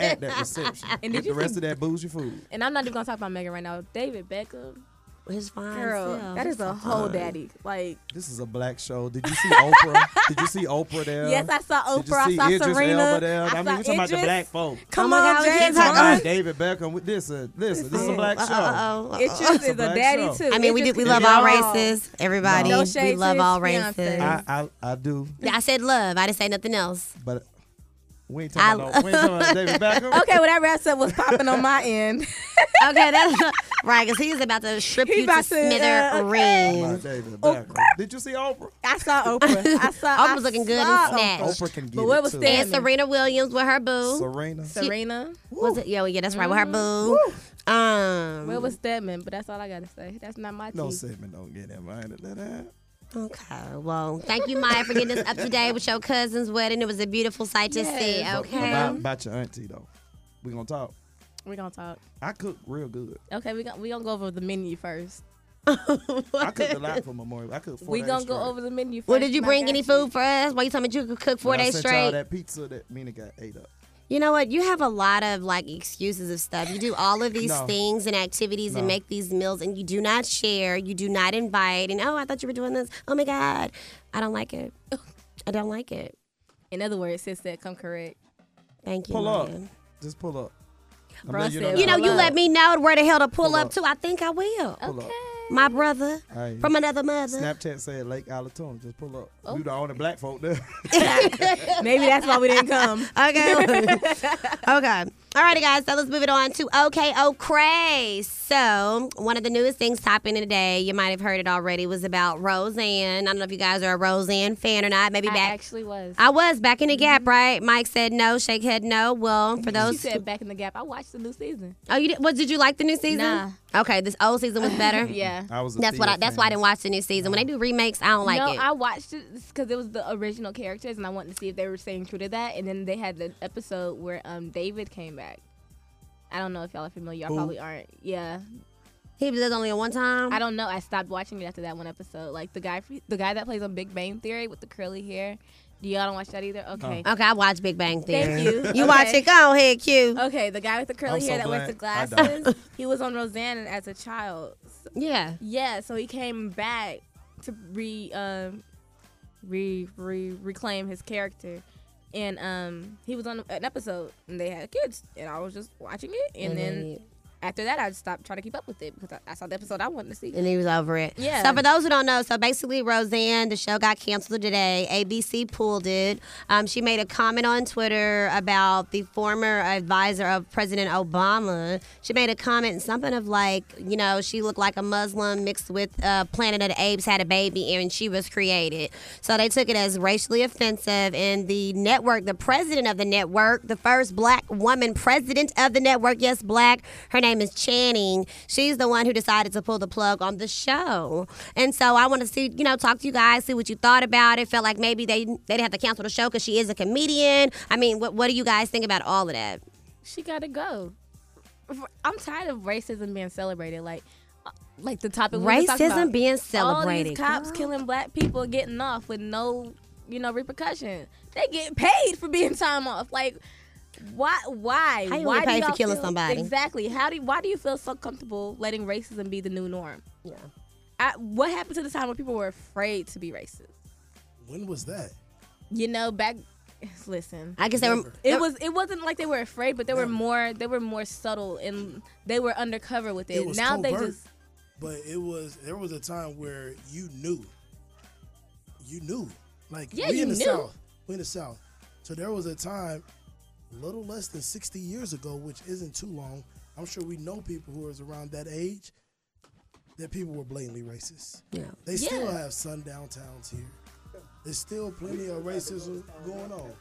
Speaker 2: at that reception.
Speaker 3: And did
Speaker 2: With
Speaker 3: you
Speaker 2: the rest
Speaker 3: see-
Speaker 2: of that bougie food.
Speaker 3: And I'm not even gonna talk about Megan right now. David Beckham,
Speaker 1: His fine
Speaker 3: girl,
Speaker 1: self.
Speaker 3: that is a whole daddy. Like,
Speaker 2: This is a black show. Did you see Oprah? Did you see Oprah there?
Speaker 3: yes, I saw
Speaker 2: Did you
Speaker 3: Oprah,
Speaker 2: see
Speaker 3: I saw
Speaker 2: Idris
Speaker 3: Serena,
Speaker 2: Elba there? I, mean,
Speaker 3: I, saw
Speaker 2: we're talking about the
Speaker 3: Idris.
Speaker 2: black folk.
Speaker 3: Come
Speaker 1: Oh my
Speaker 3: on,
Speaker 1: God, we
Speaker 3: Jess.
Speaker 1: can't
Speaker 2: Talking
Speaker 1: talk
Speaker 2: about
Speaker 1: about-
Speaker 2: David Beckham. with- Listen, listen, this is a
Speaker 1: Oh,
Speaker 2: black
Speaker 1: uh-oh,
Speaker 2: show.
Speaker 1: uh-oh, uh-oh.
Speaker 3: Idris is a
Speaker 2: black
Speaker 3: daddy
Speaker 2: show.
Speaker 3: too.
Speaker 1: I mean, we do.
Speaker 3: Idris
Speaker 1: We
Speaker 3: is
Speaker 1: love
Speaker 3: a
Speaker 1: all
Speaker 3: dog.
Speaker 1: races. Everybody,
Speaker 3: No shade
Speaker 1: we
Speaker 3: to
Speaker 1: love
Speaker 3: his
Speaker 1: all
Speaker 3: fiancé.
Speaker 1: races.
Speaker 2: I, I, I do,
Speaker 1: I said love. I didn't say nothing else.
Speaker 2: but we ain't talking,
Speaker 1: I-
Speaker 2: about, no- we ain't talking about David Beckham.
Speaker 3: Okay, well that wraps up what's popping on my end.
Speaker 1: Okay, that's right. Because he's about to strip
Speaker 3: He
Speaker 1: you to
Speaker 3: about to, uh,
Speaker 1: smithereens.
Speaker 2: Talking about David
Speaker 1: Oh,
Speaker 2: Beckham. Did you see Oprah?
Speaker 3: I saw Oprah. I saw. I
Speaker 1: Oprah's looking good and
Speaker 3: saw
Speaker 1: snatched.
Speaker 3: Oprah.
Speaker 2: Oprah can get
Speaker 3: But what
Speaker 2: it
Speaker 3: was
Speaker 2: too.
Speaker 3: that?
Speaker 1: and Serena Williams with her boo.
Speaker 2: Serena.
Speaker 3: Serena.
Speaker 1: was it? Yeah, well, yeah, that's right. With her boo. Um.
Speaker 3: Well, it was Stedman, but that's all I gotta say. That's not my
Speaker 2: Mm-hmm. No
Speaker 3: tea.
Speaker 2: segment don't get invited to that.
Speaker 1: Okay. Well, thank you, Maya, for getting us up to date with your cousin's wedding. It was a beautiful sight to
Speaker 3: Yes.
Speaker 1: see.
Speaker 2: But
Speaker 1: Okay.
Speaker 2: About, about your auntie though, we gonna talk.
Speaker 3: We're gonna talk.
Speaker 2: I cook real good.
Speaker 3: Okay, we gonna we gonna go over the menu first.
Speaker 2: I cooked a lot for Memorial. I cooked four
Speaker 3: we
Speaker 2: days
Speaker 3: gonna
Speaker 2: straight.
Speaker 3: go over the menu first.
Speaker 1: well, did you
Speaker 3: and I
Speaker 1: bring
Speaker 3: got
Speaker 1: any
Speaker 3: you.
Speaker 1: food for us? Why you telling me you could cook four
Speaker 2: And I
Speaker 1: days
Speaker 2: sent y'all
Speaker 1: straight?
Speaker 2: that pizza that Mina got ate up.
Speaker 1: You know what? You have a lot of like excuses of stuff. You do all of these
Speaker 2: No.
Speaker 1: things and activities and
Speaker 2: No.
Speaker 1: make these meals, and you do not share. You do not invite. And oh, I thought you were doing this. Oh my God, I don't like it. I don't like it.
Speaker 3: In other words, sis said come correct.
Speaker 1: Thank you.
Speaker 2: Pull up.
Speaker 1: Maya.
Speaker 2: Just pull up. I'm
Speaker 3: Bro
Speaker 2: letting you know
Speaker 3: said
Speaker 2: that.
Speaker 1: You know,
Speaker 3: Pull
Speaker 1: you
Speaker 3: up.
Speaker 1: let me know where the hell to pull,
Speaker 2: Pull
Speaker 1: up,
Speaker 2: up.
Speaker 1: to. I think I will.
Speaker 2: Pull up.
Speaker 1: My brother
Speaker 2: Hey.
Speaker 1: from another mother.
Speaker 2: Snapchat said Lake Alatona. Just pull up.
Speaker 3: Oh.
Speaker 2: You the only black folk there.
Speaker 3: Maybe that's why we didn't come.
Speaker 1: Okay. okay. Alrighty, guys. So let's move it on to OKO Cray. So one of the newest things popping today, you might have heard it already, was about Roseanne. I don't know if you guys are a Roseanne fan or not. Maybe
Speaker 3: I
Speaker 1: back.
Speaker 3: actually Mm-hmm. was.
Speaker 1: I was back in the gap, right? Mike said no. Shake head no. Well, for
Speaker 3: she
Speaker 1: those.
Speaker 3: said back in the gap. I watched the new season.
Speaker 1: oh, you did. What did you like the new season?
Speaker 3: Nah.
Speaker 1: Okay, this old season was better.
Speaker 3: Yeah.
Speaker 2: I was. A
Speaker 1: That's what. I,
Speaker 2: Theo
Speaker 1: that's why I
Speaker 2: fan.
Speaker 1: didn't watch the new season. When they do remakes, I don't like
Speaker 3: no,
Speaker 1: it.
Speaker 3: I watched it because it was the original characters, and I wanted to see if they were staying true to that. And then they had the episode where um David came back. I don't know if y'all are familiar. Y'all
Speaker 2: Who?
Speaker 3: probably aren't. Yeah,
Speaker 1: Um, he was only at one time.
Speaker 3: I don't know. I stopped watching it after that one episode. Like the guy, the guy that plays on Big Bang Theory with the curly hair. Do y'all don't watch that either? Okay.
Speaker 1: Okay, I watch Big Bang Theory.
Speaker 3: Thank you.
Speaker 1: You watch
Speaker 3: Okay. Oh.
Speaker 1: it. Go ahead, Q.
Speaker 3: Okay, the guy with the curly
Speaker 2: I'm so
Speaker 3: hair that wears the
Speaker 2: glad I don't.
Speaker 3: glasses. he was on Roseanne as a child. So-
Speaker 1: Yeah.
Speaker 3: yeah, so he came back to re um re re reclaim his character. And um he was on an episode and they had kids and I was just watching it and,
Speaker 1: And
Speaker 3: then,
Speaker 1: then you-
Speaker 3: after that I stopped trying to keep up with it because I, I saw the episode I wanted to see.
Speaker 1: and he was over it.
Speaker 3: Yeah.
Speaker 1: So for those who don't know, so basically Roseanne, the show got canceled today. ABC pulled it. Um, she made a comment on Twitter about the former advisor of President Obama. She made a comment, something of like, you know, she looked like a Muslim mixed with uh, Planet of the Apes had a baby, and she was created. So they took it as racially offensive. And the network, the president of the network, the first black woman president of the network, yes, black. Her name is Channing. She's the one who decided to pull the plug on the show. And so I want to see, you know, talk to you guys, see what you thought about it. Felt like maybe they they didn't have to cancel the show because she is a comedian. I mean, what what do you guys think about all of that?
Speaker 3: she gotta go. I'm tired of racism being celebrated. Like, uh, like the topic we were talking
Speaker 1: Racism
Speaker 3: about.
Speaker 1: being
Speaker 3: All these
Speaker 1: celebrated.
Speaker 3: cops
Speaker 1: Girl.
Speaker 3: killing black people, getting off with no, you know, repercussion. They get paid for being time off. Like, why? Why?
Speaker 1: How you
Speaker 3: why
Speaker 1: get paid
Speaker 3: do
Speaker 1: for
Speaker 3: y'all
Speaker 1: killing
Speaker 3: feel-
Speaker 1: somebody?
Speaker 3: Exactly. How do? Why do you feel so comfortable letting racism be the new norm?
Speaker 1: Yeah.
Speaker 3: I, what happened to the time when people were afraid to be racist?
Speaker 4: When was that?
Speaker 3: You know, back. Listen,
Speaker 1: I guess they were.
Speaker 4: Never.
Speaker 3: it was it wasn't like they were afraid, but they were more they were more subtle and they were undercover with it.
Speaker 4: It was
Speaker 3: now they
Speaker 4: covert.
Speaker 3: just
Speaker 4: But it was there was a time where you knew. You knew. Like
Speaker 3: Yeah,
Speaker 4: we
Speaker 3: you
Speaker 4: in the
Speaker 3: knew.
Speaker 4: South. We in the South. So there was a time a little less than sixty years ago, which isn't too long. I'm sure we know people who is around that age that people were blatantly racist.
Speaker 1: Yeah.
Speaker 4: They still
Speaker 3: Yeah.
Speaker 4: have sundown towns here. There's still plenty of racism going on.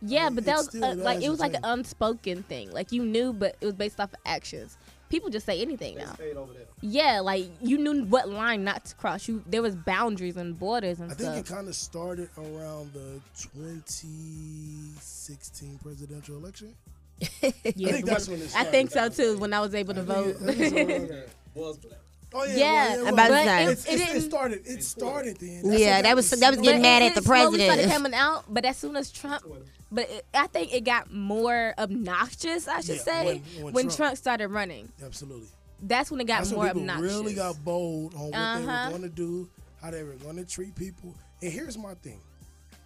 Speaker 3: Yeah, but that
Speaker 4: it's
Speaker 3: was
Speaker 4: still-
Speaker 3: uh,
Speaker 4: that
Speaker 3: like
Speaker 4: is
Speaker 3: it
Speaker 4: the
Speaker 3: was like an
Speaker 4: thing.
Speaker 3: unspoken thing. Like you knew, but it was based off of actions. People just say anything now.
Speaker 2: Stayed over there.
Speaker 3: Yeah, like you knew what line not to cross. You there was boundaries and borders and
Speaker 4: I think it
Speaker 3: stuff.
Speaker 4: kind of started around the 2016 presidential election.
Speaker 3: yeah,
Speaker 4: I think that's when it
Speaker 3: I
Speaker 4: started.
Speaker 3: think so too. When I was able to vote.
Speaker 4: I think it- I think it-
Speaker 2: Was black.
Speaker 4: Oh yeah,
Speaker 3: Yeah,
Speaker 4: well,
Speaker 1: I'm about to
Speaker 4: was.
Speaker 1: say.
Speaker 3: It
Speaker 4: It's- it's- it,
Speaker 3: didn't-
Speaker 4: started. It started then.
Speaker 1: Yeah, that
Speaker 4: what got
Speaker 1: was-
Speaker 4: me
Speaker 1: that was
Speaker 4: so-
Speaker 1: getting
Speaker 3: But
Speaker 1: mad
Speaker 3: it-
Speaker 1: at the
Speaker 3: it slowly
Speaker 1: president.
Speaker 3: started coming out, but as soon as Trump, but it, I think it got more obnoxious. I should
Speaker 4: Yeah,
Speaker 3: say
Speaker 4: when- when
Speaker 3: Trump.
Speaker 4: Trump-
Speaker 3: started running.
Speaker 4: Absolutely.
Speaker 3: That's when it got
Speaker 4: That's
Speaker 3: more
Speaker 4: when people
Speaker 3: obnoxious.
Speaker 4: really got bold on what they
Speaker 3: Uh-huh.
Speaker 4: were going to do, how they were going to treat people. And here's my thing,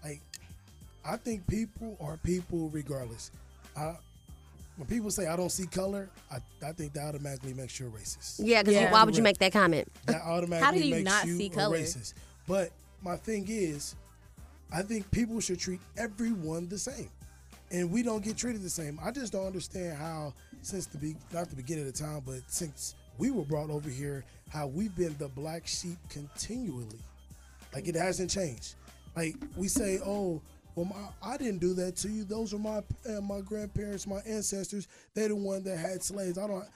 Speaker 4: like, I think people are people regardless. I, when people say I don't see color, I, I think that automatically makes you a racist.
Speaker 1: Yeah, because
Speaker 3: Yeah.
Speaker 1: why would you make that comment?
Speaker 4: that automatically
Speaker 3: do you
Speaker 4: makes
Speaker 3: not
Speaker 4: you
Speaker 3: see
Speaker 4: a
Speaker 3: color?
Speaker 4: racist. But my thing is, I think people should treat everyone the same, and we don't get treated the same. I just don't understand how, since the be not the beginning of the time, but since we were brought over here, how we've been the black sheep continually. Like it hasn't changed. Like we say, oh, well, my, I didn't do that to you. Those are my uh, my grandparents, my ancestors. They're the one that had slaves. I don't.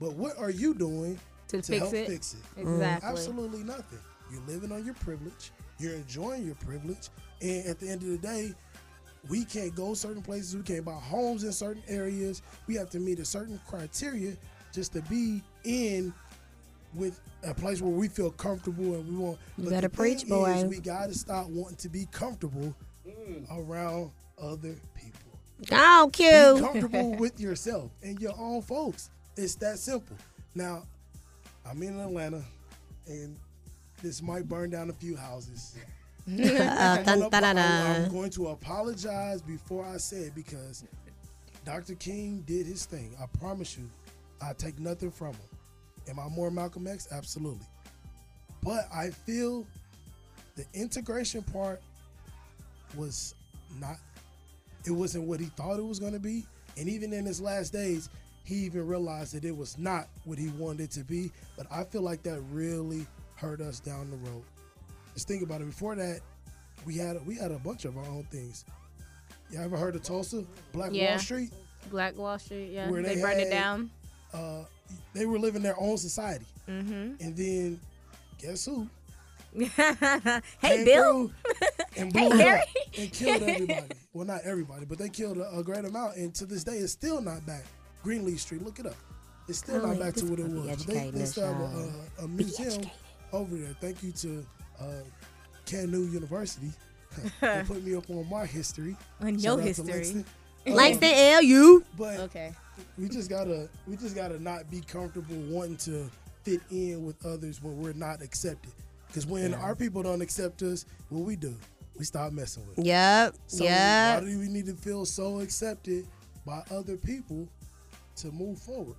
Speaker 4: But what are you doing
Speaker 3: To fix
Speaker 4: help
Speaker 3: it?
Speaker 4: fix it?
Speaker 1: Mm.
Speaker 3: exactly.
Speaker 4: Absolutely nothing. You're living on your privilege. You're enjoying your privilege. And at the end of the day, we can't go certain places. We can't buy homes in certain areas. We have to meet a certain criteria just to be in with a place where we feel comfortable and we want.
Speaker 1: You
Speaker 4: but
Speaker 1: better
Speaker 4: the
Speaker 1: preach,
Speaker 4: thing
Speaker 1: boy.
Speaker 4: is, we gotta stop wanting to be comfortable around other people.
Speaker 1: Oh,
Speaker 4: Be
Speaker 1: Q.
Speaker 4: comfortable with yourself and your own folks. It's that simple. Now, I'm in Atlanta, and this might burn down a few houses.
Speaker 1: Uh, dun, dun, dun,
Speaker 4: I'm
Speaker 1: dun.
Speaker 4: going to apologize before I say it because Dr. King did his thing. I promise you, I take nothing from him. Am I more Malcolm X? Absolutely. But I feel the integration part was not, it wasn't what he thought it was going to be. And even in his last days, he even realized that it was not what he wanted it to be. But I feel like that really hurt us down the road. Just think about it. Before that, we had we had a bunch of our own things. You all ever heard of Tulsa, Black
Speaker 3: Yeah.
Speaker 4: Wall Street?
Speaker 3: Black Wall Street, yeah.
Speaker 4: Where
Speaker 3: they
Speaker 4: they
Speaker 3: burned it
Speaker 4: had-
Speaker 3: down.
Speaker 4: Uh, they were living their own society.
Speaker 3: Mm-hmm.
Speaker 4: And then, guess who?
Speaker 3: hey,
Speaker 4: came
Speaker 3: Bill.
Speaker 4: through and blew it
Speaker 3: Harry.
Speaker 4: up and killed everybody. well, not everybody, but they killed a, a great amount. And to this day, it's still not back. Greenleaf Street, look it up. It's still
Speaker 1: Golly,
Speaker 4: not back
Speaker 1: this
Speaker 4: to what it
Speaker 1: gonna be
Speaker 4: was. But they,
Speaker 1: educating
Speaker 4: they
Speaker 1: us,
Speaker 4: still have
Speaker 1: y'all.
Speaker 4: a, a, a museum over there. Thank you to uh, Canu University. they put me up on my history.
Speaker 3: On
Speaker 4: Shout
Speaker 3: your
Speaker 4: out to
Speaker 3: history.
Speaker 4: Langston.
Speaker 1: Langston
Speaker 4: Um,
Speaker 1: L U.
Speaker 4: but
Speaker 3: Okay.
Speaker 4: we just gotta we just gotta not be comfortable wanting to fit in with others when we're not accepted. Because when our people don't accept us, what we do, we stop messing with. 'em.
Speaker 1: Yep.
Speaker 4: So
Speaker 1: yep.
Speaker 4: why do we need to feel so accepted by other people to move forward?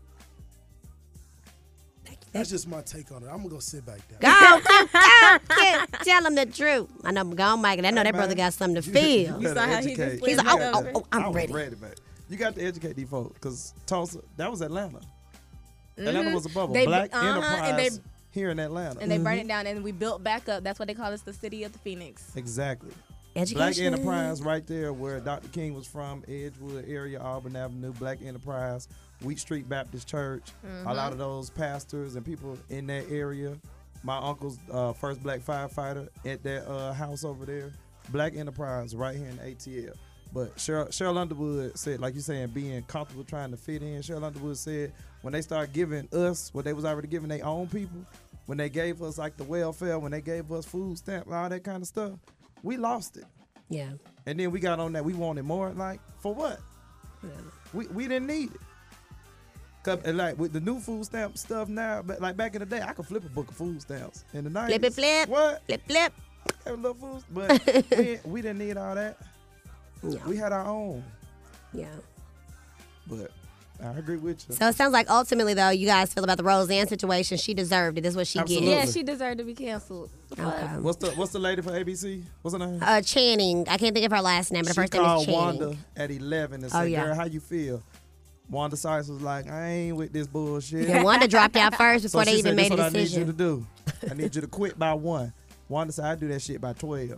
Speaker 4: That's just my take on it. I'm gonna go sit back down.
Speaker 1: Go, go, go, kid. Tell him the truth. I know I'm gone, Michael. I know that
Speaker 2: Hey,
Speaker 1: brother
Speaker 2: man.
Speaker 1: got something to
Speaker 2: You- you
Speaker 1: feel.
Speaker 2: better
Speaker 3: saw how he just
Speaker 2: educate.
Speaker 3: slid
Speaker 1: He's
Speaker 2: You
Speaker 1: like, oh,
Speaker 2: got to-
Speaker 1: oh, oh, I'm
Speaker 2: I was
Speaker 1: ready.
Speaker 2: man. You got to educate these folks because Tulsa, that was Atlanta. Atlanta was a bubble.
Speaker 3: Mm-hmm. They-
Speaker 2: Black
Speaker 3: uh-huh, and
Speaker 2: enterprise
Speaker 3: they-
Speaker 2: here in Atlanta.
Speaker 3: And they burned
Speaker 1: Mm-hmm.
Speaker 3: it down and we built back up. That's why they call us the city of the Phoenix.
Speaker 2: exactly. Black
Speaker 1: Education.
Speaker 2: Enterprise right there where Dr. King was from, Edgewood area, Auburn Avenue, Black Enterprise, Wheat Street Baptist Church. A lot of those pastors and people in that area. My uncle's uh, first black firefighter at that uh, house over there. Black Enterprise right here in ATL. But Cheryl, Cheryl Underwood said, like you saying, being comfortable trying to fit in. Cheryl Underwood said, when they start giving us what they was already giving their own people, when they gave us like the welfare, when they gave us food stamp, all that kind of stuff, we lost it.
Speaker 1: Yeah.
Speaker 2: And then we got on that we wanted more. Like for what? We we didn't need it. Cause and like with the new food stamp stuff now, but like back in the day, I could flip a book of food stamps in the nineties.
Speaker 1: Flip it, flip.
Speaker 2: What?
Speaker 1: Flip, flip.
Speaker 2: Have a little food, but we, we didn't need all that.
Speaker 1: Yeah.
Speaker 2: We had our own.
Speaker 1: Yeah.
Speaker 2: But I agree with you.
Speaker 1: So it sounds like ultimately, though, you guys feel about the Roseanne situation. She deserved it. This is what she
Speaker 2: Absolutely.
Speaker 1: gets.
Speaker 3: Yeah, she deserved to be canceled.
Speaker 1: Okay.
Speaker 2: what's the what's the lady for ABC? What's her name?
Speaker 1: Uh, Channing. I can't think of her last name, but her
Speaker 2: she
Speaker 1: first name is
Speaker 2: called
Speaker 1: Channing.
Speaker 2: Wanda at eleven and said,
Speaker 1: Oh, yeah.
Speaker 2: "Girl, how you feel?" Wanda Sykes was like, "I ain't with this bullshit."
Speaker 1: Yeah, Wanda dropped out first
Speaker 2: So
Speaker 1: before they
Speaker 2: she
Speaker 1: even
Speaker 2: said,
Speaker 1: made a
Speaker 2: "This what
Speaker 1: decision.
Speaker 2: I need you to do. I need you to quit by one. Wanda said, I do that shit by 12.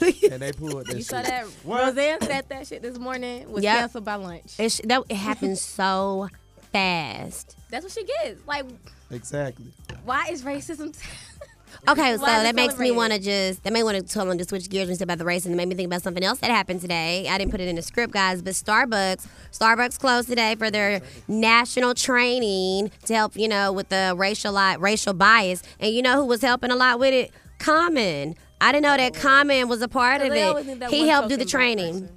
Speaker 2: and they pulled that
Speaker 3: You
Speaker 2: shit.
Speaker 3: saw that?
Speaker 2: What?
Speaker 3: Roseanne said that shit this morning. Was
Speaker 1: Yep.
Speaker 3: canceled by lunch.
Speaker 1: It's, that, it happened so fast.
Speaker 3: That's what she gets. Like,
Speaker 2: Exactly.
Speaker 3: why is racism?
Speaker 1: Okay, so
Speaker 3: Why is it
Speaker 1: that makes me
Speaker 3: celebrated?
Speaker 1: want to just that made want to tell them to switch gears and said about the race, and it made me think about something else that happened today. I didn't put it in the script, guys, but Starbucks, Starbucks closed today for their national training to help you know with the racial li- racial bias, and you know who was helping a lot with it? Common. I didn't know that Common was a part of
Speaker 3: Oh. They always need
Speaker 1: it.
Speaker 3: that
Speaker 1: He
Speaker 3: one
Speaker 1: helped do
Speaker 3: token
Speaker 1: the
Speaker 3: black
Speaker 1: training.
Speaker 3: person.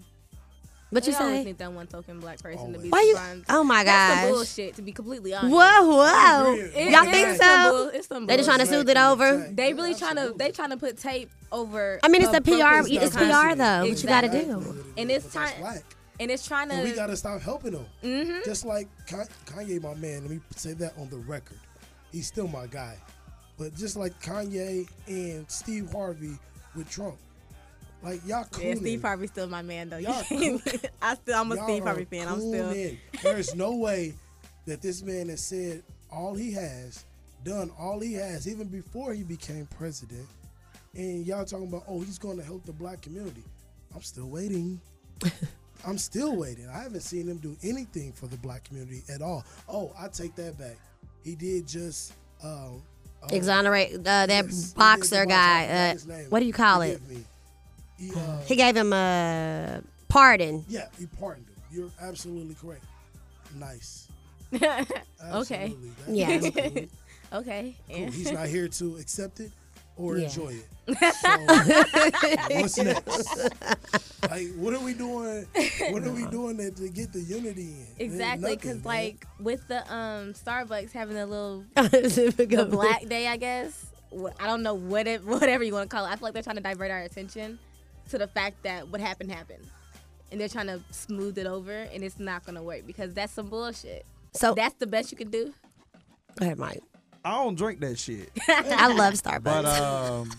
Speaker 1: What you
Speaker 3: They always
Speaker 1: say?
Speaker 3: need that one token black person to be
Speaker 4: Why
Speaker 1: you-
Speaker 3: responsible.
Speaker 1: oh my
Speaker 3: That's some
Speaker 1: gosh.
Speaker 3: bullshit. To be completely honest.
Speaker 1: Whoa, whoa!
Speaker 4: agree. It-
Speaker 1: Y'all
Speaker 4: it
Speaker 1: think
Speaker 4: is
Speaker 1: so?
Speaker 3: Bull, it's some
Speaker 1: They just trying to
Speaker 3: bullshit.
Speaker 1: soothe it over.
Speaker 3: They really trying to. They trying to put tape over.
Speaker 1: I mean, it's a PR.
Speaker 3: appropriate
Speaker 1: It's
Speaker 3: stuff.
Speaker 1: PR though. What you got to
Speaker 3: Exactly.
Speaker 1: do?
Speaker 3: And it's
Speaker 4: time.
Speaker 3: time- and it's trying
Speaker 4: And we
Speaker 3: to.
Speaker 4: gotta stop helping them.
Speaker 3: Mm-hmm.
Speaker 4: Just like Ka- Kanye, my man. Let me say that on the record. He's still my guy. But just like Kanye and Steve Harvey with Trump, like y'all cool.
Speaker 3: Yeah, Steve Harvey's still my man though.
Speaker 4: Y'all cool.
Speaker 3: I still, I'm a
Speaker 4: Y'all
Speaker 3: Steve
Speaker 4: are
Speaker 3: Harvey fan. I'm still.
Speaker 4: cooning. There's no way that this man has said all he has, done all he has, even before he became president, and y'all talking about, oh, he's going to help the black community. I'm still waiting. I'm still waiting. I haven't seen him do anything for the black community at all. Oh, I take that back. He did just. Um, uh,
Speaker 1: exonerate uh, that
Speaker 4: yes, he did
Speaker 1: boxer
Speaker 4: the
Speaker 1: guy.
Speaker 4: I
Speaker 1: Uh,
Speaker 4: forgot his name.
Speaker 1: what do you call it?
Speaker 4: Forgive me. He, uh,
Speaker 1: He gave him a pardon.
Speaker 4: Yeah, he pardoned him. You're absolutely correct. Nice.
Speaker 3: Okay.
Speaker 4: Absolutely. That-
Speaker 1: Yeah.
Speaker 4: that's cool.
Speaker 3: Okay.
Speaker 4: Cool.
Speaker 3: Yeah.
Speaker 4: He's not here to accept it or
Speaker 1: Yeah.
Speaker 4: enjoy it. So, what's next? Like, what are we doing? What are we doing to, to get the unity in? There's
Speaker 3: Exactly,
Speaker 4: nothing,
Speaker 3: because
Speaker 4: man.
Speaker 3: like with the um Starbucks having a little the
Speaker 1: the
Speaker 3: Black Day, I guess. Wh- I don't know what it, whatever you want to call it. I feel like they're trying to divert our attention to the fact that what happened happened, and they're trying to smooth it over, and it's not gonna work because that's some bullshit.
Speaker 1: So
Speaker 3: That's the best you can do.
Speaker 1: go ahead, Mike.
Speaker 2: I don't drink that shit.
Speaker 1: I love Starbucks.
Speaker 2: But
Speaker 4: uh,
Speaker 2: um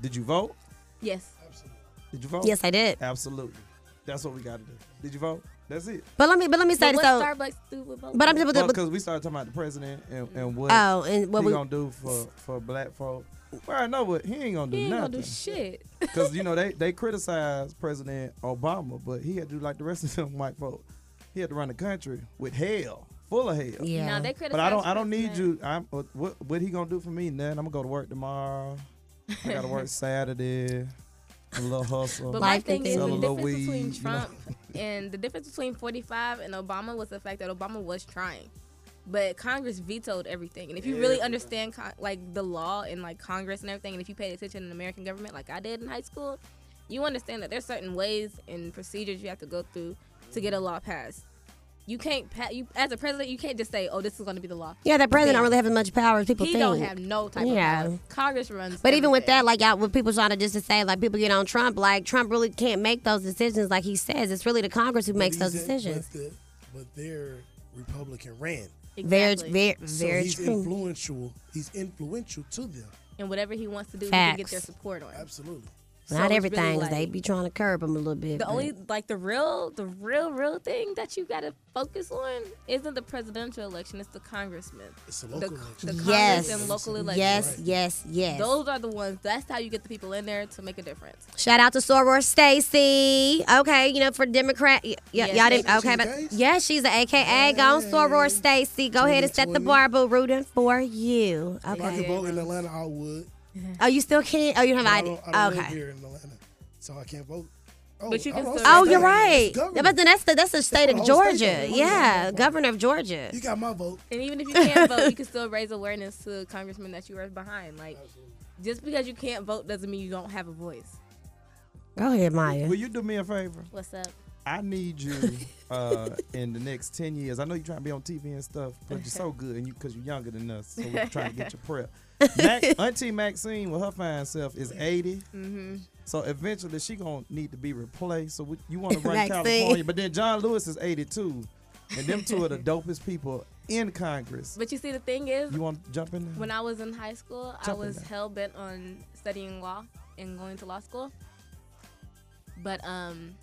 Speaker 2: Did you vote?
Speaker 3: Yes.
Speaker 4: Absolutely.
Speaker 2: Did you vote?
Speaker 1: yes, I did.
Speaker 2: Absolutely. That's what we gotta do. Did you vote? That's it.
Speaker 1: But let me but let me say this
Speaker 3: But what
Speaker 1: though.
Speaker 3: Starbucks do with both?
Speaker 1: But I'm just
Speaker 3: of
Speaker 1: but,
Speaker 2: Because
Speaker 1: but,
Speaker 2: we started talking about the president and, and what
Speaker 1: oh and what
Speaker 2: he
Speaker 1: we
Speaker 2: gonna do for, for black folk. Well, I know what he ain't gonna
Speaker 3: them?
Speaker 2: do
Speaker 3: He ain't gonna
Speaker 2: nothing.
Speaker 3: do shit.
Speaker 2: Because you know they they criticize President Obama, but he had to do like the rest of them white folk. He had to run the country with hell, full of hell.
Speaker 1: yeah.
Speaker 3: No,
Speaker 2: But I
Speaker 3: they criticize
Speaker 2: don't I don't need
Speaker 3: President.
Speaker 2: you. I'm uh, what what he gonna do for me? Nothing. I'm gonna go to work tomorrow. I gotta work Saturday. A little hustle.
Speaker 3: But
Speaker 1: Life
Speaker 3: my thing
Speaker 1: and
Speaker 3: is
Speaker 1: things.
Speaker 3: the difference
Speaker 2: Sell a little
Speaker 3: between
Speaker 2: weed, you know.
Speaker 3: Trump and the difference between 45 and Obama was the fact that Obama was trying, but Congress vetoed everything. And if you really understand con- like the law and like Congress and everything, and if you paid attention to the American government like I did in high school, you understand that there's certain ways and procedures you have to go through to get a law passed. You can't pa- you as a president, you can't just say, "Oh, this is going to be the law."
Speaker 1: Yeah, that president
Speaker 3: Yeah.
Speaker 1: don't really have as much power as people
Speaker 3: he
Speaker 1: think.
Speaker 3: don't have no type
Speaker 1: Yeah.
Speaker 3: of power. Congress runs.
Speaker 1: But even with
Speaker 3: everything.
Speaker 1: that, like out with people trying to just to say like people get on Trump, like Trump really can't make those decisions like he says. It's really the Congress who makes
Speaker 4: But
Speaker 1: those
Speaker 4: he's in-
Speaker 1: decisions.
Speaker 4: But, the, but their Republican ran.
Speaker 1: Very
Speaker 3: Exactly.
Speaker 1: very
Speaker 4: So
Speaker 1: very
Speaker 4: he's
Speaker 1: true.
Speaker 4: influential. He's influential to them.
Speaker 3: and whatever he wants to do, he can get
Speaker 1: Facts.
Speaker 3: their support on.
Speaker 4: Absolutely.
Speaker 3: So
Speaker 1: Not
Speaker 3: it's really,
Speaker 1: everything. 'cause
Speaker 3: like-
Speaker 1: they be trying to curb him a little bit.
Speaker 3: The
Speaker 1: but-
Speaker 3: only like the real the real real thing that you gotta focus on isn't the presidential election, it's the congressman.
Speaker 4: It's a
Speaker 3: The,
Speaker 4: local
Speaker 3: the
Speaker 4: election.
Speaker 3: Congress
Speaker 1: Yes.
Speaker 3: and local elections.
Speaker 1: yes, yes, yes.
Speaker 3: Those are the ones. That's how you get the people in there to make a difference.
Speaker 1: Shout out to Soror Stacy. Okay, you know for Democrat, y- y-
Speaker 3: Yes,
Speaker 1: y'all didn't.
Speaker 4: she's
Speaker 1: Okay,
Speaker 4: the
Speaker 1: but
Speaker 4: case?
Speaker 1: yeah, she's an AKA. Go on, Soror Stacy. Go ahead and set the bar,
Speaker 4: 2020.
Speaker 1: boo. Rooting for you.
Speaker 4: If I
Speaker 1: Okay.
Speaker 4: could vote in Atlanta, I would.
Speaker 1: Oh, you still can't. Oh, you don't
Speaker 4: But I
Speaker 1: have
Speaker 4: don't,
Speaker 1: ID.
Speaker 4: I don't live
Speaker 1: Okay.
Speaker 4: here in Atlanta, so I can't vote. Oh,
Speaker 3: But you can
Speaker 4: I'm
Speaker 3: still-
Speaker 4: also
Speaker 1: Oh,
Speaker 3: It's
Speaker 1: you're
Speaker 4: governor.
Speaker 1: right.
Speaker 4: It's
Speaker 1: Yeah,
Speaker 4: governor.
Speaker 1: But then that's the that's the state
Speaker 4: the
Speaker 1: of
Speaker 4: whole
Speaker 1: Georgia.
Speaker 4: state, though.
Speaker 1: yeah, governor of Georgia.
Speaker 4: You got my vote.
Speaker 3: And even if you can't vote, you can still raise awareness to congressmen that you are behind. Like just because you can't vote doesn't mean you don't have a voice.
Speaker 1: Go ahead, Maya.
Speaker 2: Will you do me a favor?
Speaker 3: What's up?
Speaker 2: I need you uh, in the next ten years. I know you're trying to be on TV and stuff, but you're so good, and you because you're younger than us, so we're trying to get your prep. Mac, Auntie Maxine, with her fine self, is 80,
Speaker 3: Mm-hmm.
Speaker 2: so eventually she gonna need to be replaced. So we, you want to run
Speaker 1: Maxine.
Speaker 2: California, but then John Lewis is 82, and them two are the dopest people in Congress.
Speaker 3: But you see the thing is
Speaker 2: You want to jump in there?
Speaker 3: When I was in high school, I
Speaker 2: Jump in
Speaker 3: was
Speaker 2: there.
Speaker 3: hell bent on studying law and going to law school. But um,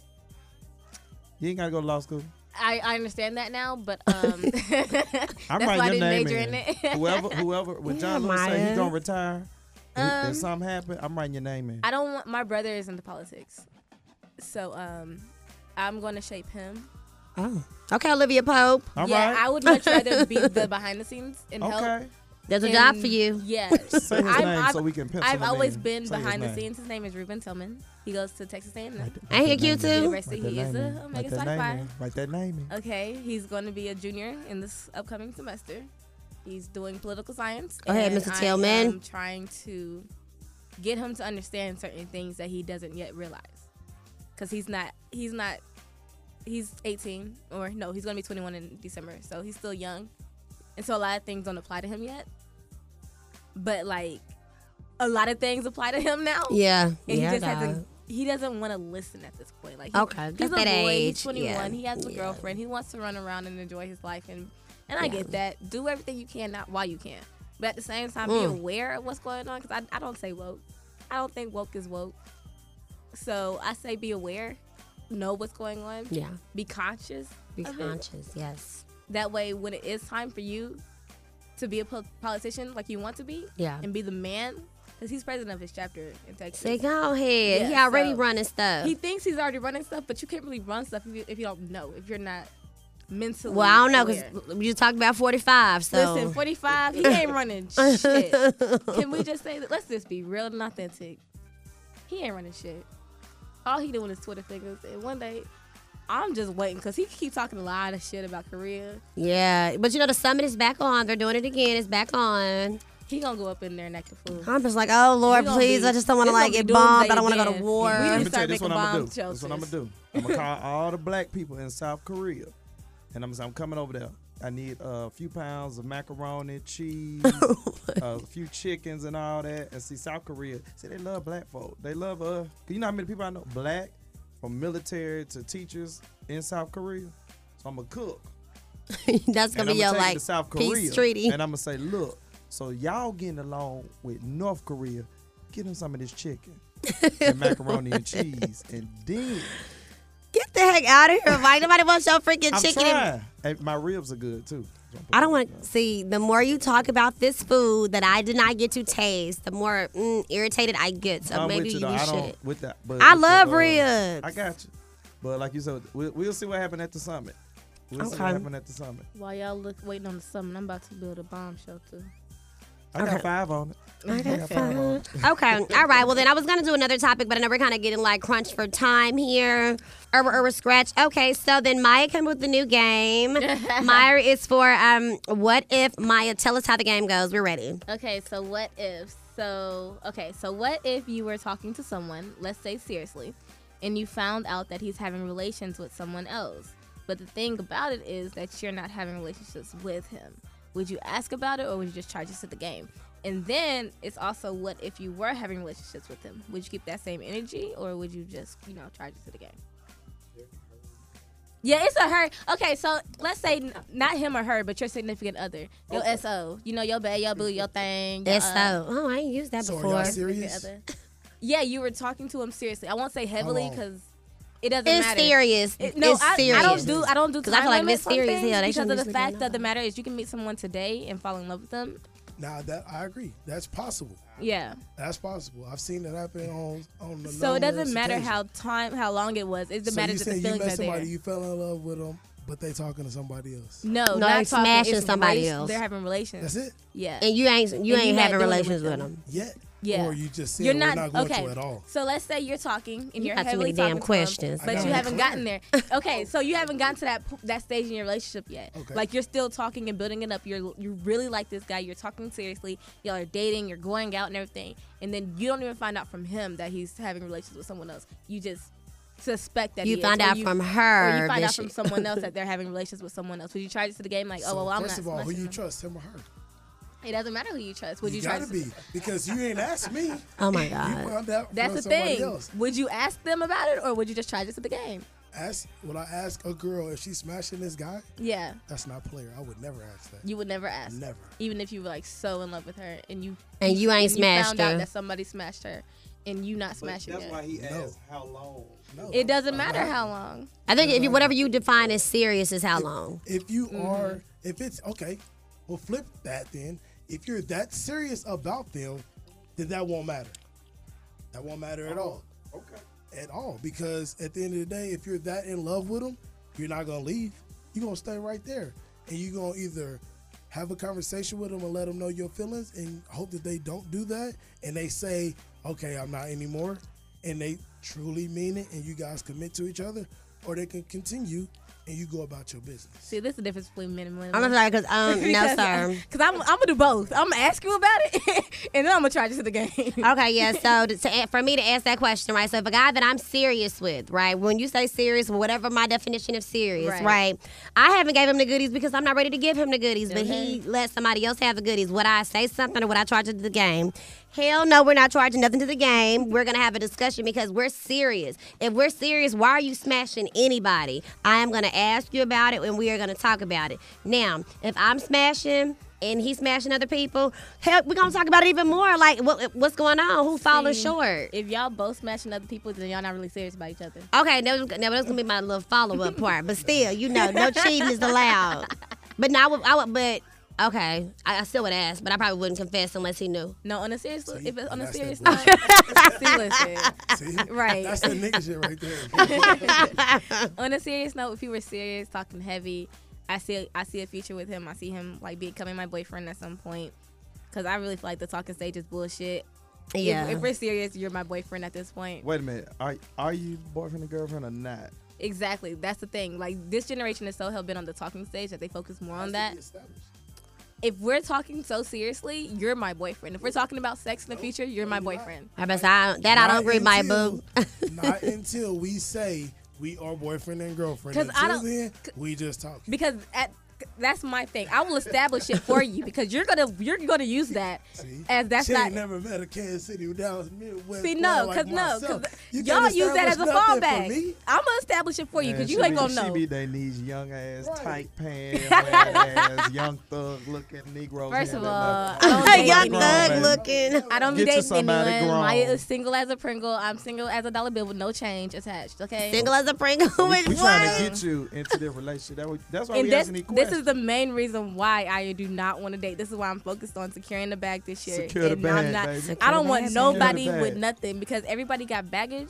Speaker 2: you ain't gotta go to law school.
Speaker 3: I, I understand that now. But um, that's
Speaker 2: I'm
Speaker 3: why I
Speaker 2: writing your
Speaker 3: didn't
Speaker 2: name
Speaker 3: major in
Speaker 2: in.
Speaker 3: it.
Speaker 2: whoever, whoever, when John
Speaker 1: Yeah,
Speaker 2: Lewis say
Speaker 1: Maya.
Speaker 2: he's gonna retire, and
Speaker 3: Um,
Speaker 2: if something happen, I'm writing your name in.
Speaker 3: I don't want my brother is into politics, so um, I'm going to shape him.
Speaker 1: Oh. Okay, Olivia Pope.
Speaker 2: All
Speaker 3: yeah,
Speaker 2: right.
Speaker 3: I would much rather be the behind the scenes and help.
Speaker 2: Okay.
Speaker 1: There's a
Speaker 3: and-
Speaker 1: job for you.
Speaker 3: Yeah.
Speaker 2: Say his
Speaker 3: I've-
Speaker 2: name
Speaker 3: I've-
Speaker 2: so we can pencil
Speaker 3: I've
Speaker 2: it
Speaker 3: always
Speaker 2: in.
Speaker 3: been
Speaker 2: Say his
Speaker 3: behind the
Speaker 2: name.
Speaker 3: scenes. His name is Ruben Tillman. He goes to Texas A&M.
Speaker 1: Ain't he cute
Speaker 2: Write that name in.
Speaker 1: too?
Speaker 3: University.
Speaker 2: Write
Speaker 3: He
Speaker 2: that
Speaker 3: is
Speaker 2: name in.
Speaker 3: a Uh,
Speaker 2: Write
Speaker 3: Omega
Speaker 2: that
Speaker 3: Psi
Speaker 2: name
Speaker 3: Phi.
Speaker 2: in. Write that name in.
Speaker 3: Okay, he's going to be a junior in this upcoming semester. He's doing political science.
Speaker 1: Go ahead,
Speaker 3: and
Speaker 1: Mr.
Speaker 3: I
Speaker 1: Tillman.
Speaker 3: am trying to get him to understand certain things that he doesn't yet realize, because he's not he's not he's 18 or no, he's going to be 21 in December, so he's still young, and so a lot of things don't apply to him yet. But like, a lot of things apply to him now.
Speaker 1: Yeah.
Speaker 3: And
Speaker 1: yeah.
Speaker 3: he just
Speaker 1: dog.
Speaker 3: hasn't. He doesn't want to listen at this point. Like, he,
Speaker 1: Okay,
Speaker 3: he's
Speaker 1: that's
Speaker 3: a
Speaker 1: that
Speaker 3: boy.
Speaker 1: age,
Speaker 3: He's 21.
Speaker 1: yeah,
Speaker 3: He has a
Speaker 1: yeah.
Speaker 3: girlfriend. He wants to run around and enjoy his life. And and I
Speaker 1: Yeah.
Speaker 3: get that. Do everything you can, not while you can. But at the same time, be
Speaker 1: Mm.
Speaker 3: aware of what's going on. Because I, I don't say woke. I don't think woke is woke. So I say be aware. Know what's going on.
Speaker 1: Yeah.
Speaker 3: Be conscious.
Speaker 1: Be
Speaker 3: of it.
Speaker 1: conscious. Yes.
Speaker 3: That way, when it is time for you to be a po- politician like you want to be,
Speaker 1: Yeah.
Speaker 3: and be the man, because he's president of his chapter in Texas.
Speaker 1: Say go ahead. he
Speaker 3: Yeah,
Speaker 1: already
Speaker 3: so-
Speaker 1: running stuff.
Speaker 3: He thinks he's already running stuff, but you can't really run stuff if you, if you don't know, if you're not mentally.
Speaker 1: well, I don't know
Speaker 3: aware.
Speaker 1: because you talked about 45. So
Speaker 3: Listen, 45, he ain't running shit. Can we just say that? Let's just be real and authentic. He ain't running shit. All he doing is Twitter fingers. And one day, I'm just waiting because he keep talking a lot of shit about Korea.
Speaker 1: yeah, but you know the summit is back on. They're doing it again. It's back on.
Speaker 3: He gonna go up in there and act a fool.
Speaker 1: I'm just like, oh Lord,
Speaker 3: We gonna
Speaker 1: please!
Speaker 3: be-
Speaker 1: I just don't want to
Speaker 3: it's gonna
Speaker 1: like
Speaker 3: be
Speaker 1: get bombed. I don't want
Speaker 3: doomsday
Speaker 1: to go to
Speaker 3: then.
Speaker 1: war.
Speaker 3: We
Speaker 2: Let
Speaker 3: need
Speaker 2: me
Speaker 3: to
Speaker 2: tell you
Speaker 3: start
Speaker 2: this
Speaker 3: making
Speaker 2: what I'm gonna do.
Speaker 3: bomb
Speaker 2: This what I'm gonna
Speaker 3: shelters.
Speaker 2: do. I'm gonna call all the black people in South Korea, and I'm gonna say, I'm coming over there. I need uh, a few pounds of macaroni, cheese, a few chickens, and all that. And see, South Korea, see, they love black folk. They love uh, you know how many people I know, black, from military to teachers in South Korea. So I'm gonna cook.
Speaker 1: That's gonna
Speaker 2: and
Speaker 1: be your
Speaker 2: I'm gonna take it
Speaker 1: like
Speaker 2: to South Korea,
Speaker 1: peace treaty.
Speaker 2: and I'm gonna say, look, so y'all getting along with North Korea, get them some of this chicken and macaroni and cheese, and then
Speaker 1: Get the heck out of here, Mike. Nobody wants your freaking
Speaker 2: I'm
Speaker 1: chicken. and-
Speaker 2: trying. And my ribs are good too.
Speaker 1: I don't want to see. The more you talk about this food that I did not get to taste, the more mm, irritated I get. So
Speaker 2: I'm
Speaker 1: maybe
Speaker 2: with you,
Speaker 1: you,
Speaker 2: though. I
Speaker 1: should.
Speaker 2: don't with that. But
Speaker 1: I
Speaker 2: with the,
Speaker 1: love
Speaker 2: uh,
Speaker 1: ribs.
Speaker 2: I got you. But like you said, we, we'll see what happened at the summit. We'll see
Speaker 1: Okay.
Speaker 2: what happened at the summit.
Speaker 3: While y'all look waiting on the summit, I'm about to build a bomb shelter.
Speaker 2: I
Speaker 1: Okay.
Speaker 2: got five on it.
Speaker 1: I got
Speaker 2: five on it.
Speaker 1: Okay. All right. Well, then I was going to do another topic, but I know we're kind of getting like crunch for time here. Er, Or, or, scratch. Okay. So then Maya came with the new game. Maya is for um, What If Maya? Tell us how the game goes. We're ready.
Speaker 3: Okay, so what if? So, okay, so what if you were talking to someone, let's say seriously, and you found out that he's having relations with someone else? But the thing about it is that you're not having relationships with him. Would you ask about it or would you just charge this to the game? And then it's also what if you were having relationships with him? Would you keep that same energy or would you just, you know, charge it to the game? Yeah, it's a her. Okay, so let's say n- not him or her, but your significant other, your SO. You know, your bad, your boo, your thing. your,
Speaker 1: It's so.
Speaker 3: uh,
Speaker 1: Oh, I ain't used that
Speaker 4: So are
Speaker 1: before.
Speaker 4: y'all
Speaker 1: It's
Speaker 4: serious?
Speaker 3: Yeah, you were talking to him seriously. I won't say heavily
Speaker 4: long?
Speaker 3: because it doesn't matter.
Speaker 1: serious.
Speaker 3: It- no,
Speaker 1: it's
Speaker 3: I,
Speaker 1: serious.
Speaker 3: I don't do. I don't do.
Speaker 1: 'Cause I
Speaker 3: Because
Speaker 1: feel like Miss Serious, yeah, they
Speaker 3: because
Speaker 1: shouldn't
Speaker 3: of
Speaker 1: just be doing
Speaker 3: the fact of the
Speaker 1: that.
Speaker 3: matter is, you can meet someone today and fall in love with them.
Speaker 4: Now that I agree, that's possible.
Speaker 3: Yeah.
Speaker 4: That's possible. I've seen that happen on on the.
Speaker 3: So it doesn't matter how time, how long it was. It
Speaker 4: So you
Speaker 3: matters that
Speaker 4: said
Speaker 3: the
Speaker 4: you
Speaker 3: feelings
Speaker 4: met
Speaker 3: are
Speaker 4: somebody,
Speaker 3: there.
Speaker 4: you fell in love with them, but they talking to somebody else.
Speaker 3: No,
Speaker 1: No,
Speaker 3: not
Speaker 1: they're
Speaker 3: talking,
Speaker 1: smashing
Speaker 3: it's
Speaker 1: somebody
Speaker 3: rela-
Speaker 1: else.
Speaker 3: They're having relations.
Speaker 4: That's it.
Speaker 3: Yeah.
Speaker 1: And you ain't you
Speaker 3: And you
Speaker 1: ain't
Speaker 3: not
Speaker 1: having
Speaker 3: doing it with
Speaker 1: relations with
Speaker 3: them.
Speaker 1: them.
Speaker 4: Yet.
Speaker 3: Yeah.
Speaker 4: Or you just said "Oh,
Speaker 3: You're
Speaker 4: we're
Speaker 3: not,
Speaker 4: not going
Speaker 3: okay.
Speaker 4: to at all.
Speaker 3: So let's say you're talking and you're
Speaker 1: got too many
Speaker 3: heavily
Speaker 1: damn
Speaker 3: talking to him,
Speaker 1: questions. I
Speaker 3: but
Speaker 4: got
Speaker 3: you
Speaker 4: it.
Speaker 3: haven't gotten there. Okay, so you haven't gotten to that p- that stage in your relationship yet.
Speaker 4: Okay.
Speaker 3: Like you're still talking and building it up. You're you really like this guy. You're talking seriously. Y'all are dating. You're going out and everything. And then you don't even find out from him that he's having relations with someone else. You just suspect that
Speaker 1: You
Speaker 3: he is,
Speaker 1: find
Speaker 3: or
Speaker 1: out
Speaker 3: you-
Speaker 1: from
Speaker 3: or
Speaker 1: her.
Speaker 3: you find out
Speaker 1: bitch.
Speaker 3: from someone else that they're having relations with someone else. Would you try this to the game? Like, oh
Speaker 4: So
Speaker 3: well, I'm
Speaker 4: first
Speaker 3: not.
Speaker 4: of all, who
Speaker 3: smashing
Speaker 4: you
Speaker 3: them.
Speaker 4: trust, him or her?
Speaker 3: It doesn't matter who you trust. Would
Speaker 4: you,
Speaker 3: you, try
Speaker 4: gotta
Speaker 3: this-
Speaker 4: be because you ain't asked me. You
Speaker 1: Oh my god.
Speaker 4: found out
Speaker 3: That's
Speaker 4: from
Speaker 3: the
Speaker 4: somebody
Speaker 3: thing.
Speaker 4: else.
Speaker 3: Would you ask them about it or would you just try this at the game?
Speaker 4: Ask would I ask a girl if she's smashing this guy?
Speaker 3: Yeah,
Speaker 4: That's not player. I would never ask that.
Speaker 3: you would never ask.
Speaker 4: Never.
Speaker 3: Even if you were like so in love with her and you
Speaker 1: And you ain't smashed
Speaker 3: found
Speaker 1: her.
Speaker 3: out that somebody smashed her and you not smashing
Speaker 2: that's
Speaker 3: her.
Speaker 2: why he
Speaker 4: asked
Speaker 2: asked how long.
Speaker 4: No.
Speaker 3: it doesn't matter how long.
Speaker 1: I think if
Speaker 3: Uh-huh.
Speaker 1: you, whatever you define as serious is how long.
Speaker 4: If you are, if it's okay, well, flip that then. If you're that serious about them, then that won't matter. That won't matter at all.
Speaker 2: Okay.
Speaker 4: At all. Because at the end of the day, if you're that in love with them, you're not going to leave. You're going to stay right there. And you're going to either have a conversation with them and let them know your feelings and hope that they don't do that. And they say, okay, I'm not anymore. And they truly mean it and you guys commit to each other. Or they can continue and you go about your business.
Speaker 3: See, this is the difference between men and women.
Speaker 1: I'm not sorry because um no sir.
Speaker 3: Because I'm, I'm gonna do both. I'm gonna ask you about it, and then I'm gonna try this at the game.
Speaker 1: Okay, yeah. So to, to, for me to ask that question, right? So if a guy that I'm serious with, right? When you say serious, whatever my definition of serious, right?
Speaker 3: Right.
Speaker 1: I haven't gave him the goodies because I'm not ready to give him the goodies, but he
Speaker 3: Okay.
Speaker 1: let somebody else have the goodies. Would I say something or would I charge it to the game? Hell no, we're not charging nothing to the game. We're gonna have a discussion because we're serious. If we're serious, why are you smashing anybody? I am gonna ask you about it and we are gonna talk about it. Now, if I'm smashing and he's smashing other people, hell, we're gonna talk about it even more. Like, what, what's going on? Who falling
Speaker 3: See,
Speaker 1: short?
Speaker 3: If y'all both smashing other people, then y'all not really serious about each other.
Speaker 1: Okay, that was, that was gonna be my little follow up part, but still, you know, no cheating is allowed. But now, I would, I would but okay, I, I still would ask, but I probably wouldn't confess unless he knew.
Speaker 3: No, on a serious,
Speaker 4: See,
Speaker 3: if it's on a
Speaker 4: that's that
Speaker 3: serious note,
Speaker 4: bullshit.
Speaker 3: see, listen.
Speaker 4: See?
Speaker 3: Right.
Speaker 4: That's the nigga shit right there.
Speaker 3: on a serious note, if you were serious, talking heavy, I see I see a future with him. I see him like becoming my boyfriend at some point. Cause I really feel like the talking stage is bullshit. If-
Speaker 1: Yeah.
Speaker 3: If, we're serious, you're my boyfriend at this point.
Speaker 2: Wait a minute. Are are you boyfriend and girlfriend or not?
Speaker 3: Exactly. That's the thing. Like this generation is so hell bent on the talking stage that they focus more on that. If we're talking so seriously, you're my boyfriend. If we're talking about sex in the future, you're my boyfriend.
Speaker 1: I bet I, that I don't agree, my boo.
Speaker 4: not until we say we are boyfriend and girlfriend.
Speaker 3: 'Cause
Speaker 4: Until
Speaker 3: I don't-
Speaker 4: then, we just talking.
Speaker 3: Because at that's my thing. I will establish it for you because you're gonna you're gonna use that
Speaker 4: See?
Speaker 3: as that's
Speaker 4: she
Speaker 3: not.
Speaker 4: ain't never met a Kansas City Dallas Midwest.
Speaker 3: See,
Speaker 4: player
Speaker 3: no,
Speaker 4: like
Speaker 3: cause no,
Speaker 4: myself.
Speaker 3: cause
Speaker 4: You
Speaker 3: y'all
Speaker 4: can't
Speaker 3: use that as a
Speaker 4: establish nothing for
Speaker 3: fallback.
Speaker 4: me.
Speaker 3: I'm gonna establish it for you
Speaker 2: Man,
Speaker 3: because
Speaker 2: she
Speaker 3: you ain't
Speaker 2: be- She
Speaker 3: gonna know.
Speaker 2: be they these young ass
Speaker 4: Right.
Speaker 2: tight pants, ass young thug looking Negroes.
Speaker 3: First of
Speaker 2: handling
Speaker 3: all,
Speaker 2: up.
Speaker 3: I don't date
Speaker 1: Young
Speaker 2: grown,
Speaker 3: anyone.
Speaker 1: thug
Speaker 2: baby.
Speaker 1: looking.
Speaker 3: I don't
Speaker 2: Get you
Speaker 3: date
Speaker 2: somebody
Speaker 3: anyone.
Speaker 2: grown.
Speaker 3: Maya is single as a Pringle. I'm single as a dollar bill with no change attached. Okay.
Speaker 1: Single as a Pringle.
Speaker 2: we,
Speaker 1: with
Speaker 2: we
Speaker 1: what?
Speaker 2: trying to get you into the relationship. That, we- that's why
Speaker 3: And
Speaker 2: we
Speaker 3: this,
Speaker 2: asking these
Speaker 3: this is
Speaker 2: questions.
Speaker 3: the main reason why I do not want to date. This is why I'm focused on securing the bag this year.
Speaker 2: Secure the
Speaker 3: And I'm
Speaker 2: bag,
Speaker 3: not-
Speaker 2: baby.
Speaker 3: I don't
Speaker 1: the
Speaker 3: want
Speaker 1: bag,
Speaker 3: nobody
Speaker 2: Secure the
Speaker 3: with
Speaker 2: bag.
Speaker 3: nothing because everybody got baggage,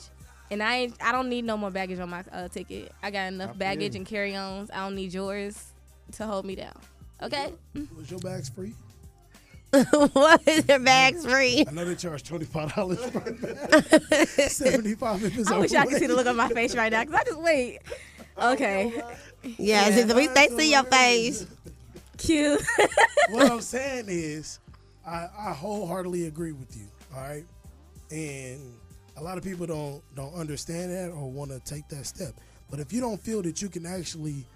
Speaker 3: and I ain't, I don't need no more baggage on my uh, ticket. I got
Speaker 2: I
Speaker 3: enough
Speaker 2: feel
Speaker 3: baggage
Speaker 2: you.
Speaker 3: and carry ons. I don't need yours to hold me down. Okay.
Speaker 4: Was your bags free?
Speaker 1: what is your bags free?
Speaker 4: I know they charge twenty five dollars for seventy five if it's
Speaker 3: I wish I could see
Speaker 4: overweight.
Speaker 3: the look on my face right now because I just wait. Okay.
Speaker 1: Yes,
Speaker 3: Yeah.
Speaker 1: yeah, we they see your face.
Speaker 3: Cute.
Speaker 4: what I'm saying is, I, I wholeheartedly agree with you. All right, and a lot of people don't don't understand that or want to take that step. But if you don't feel that you can actually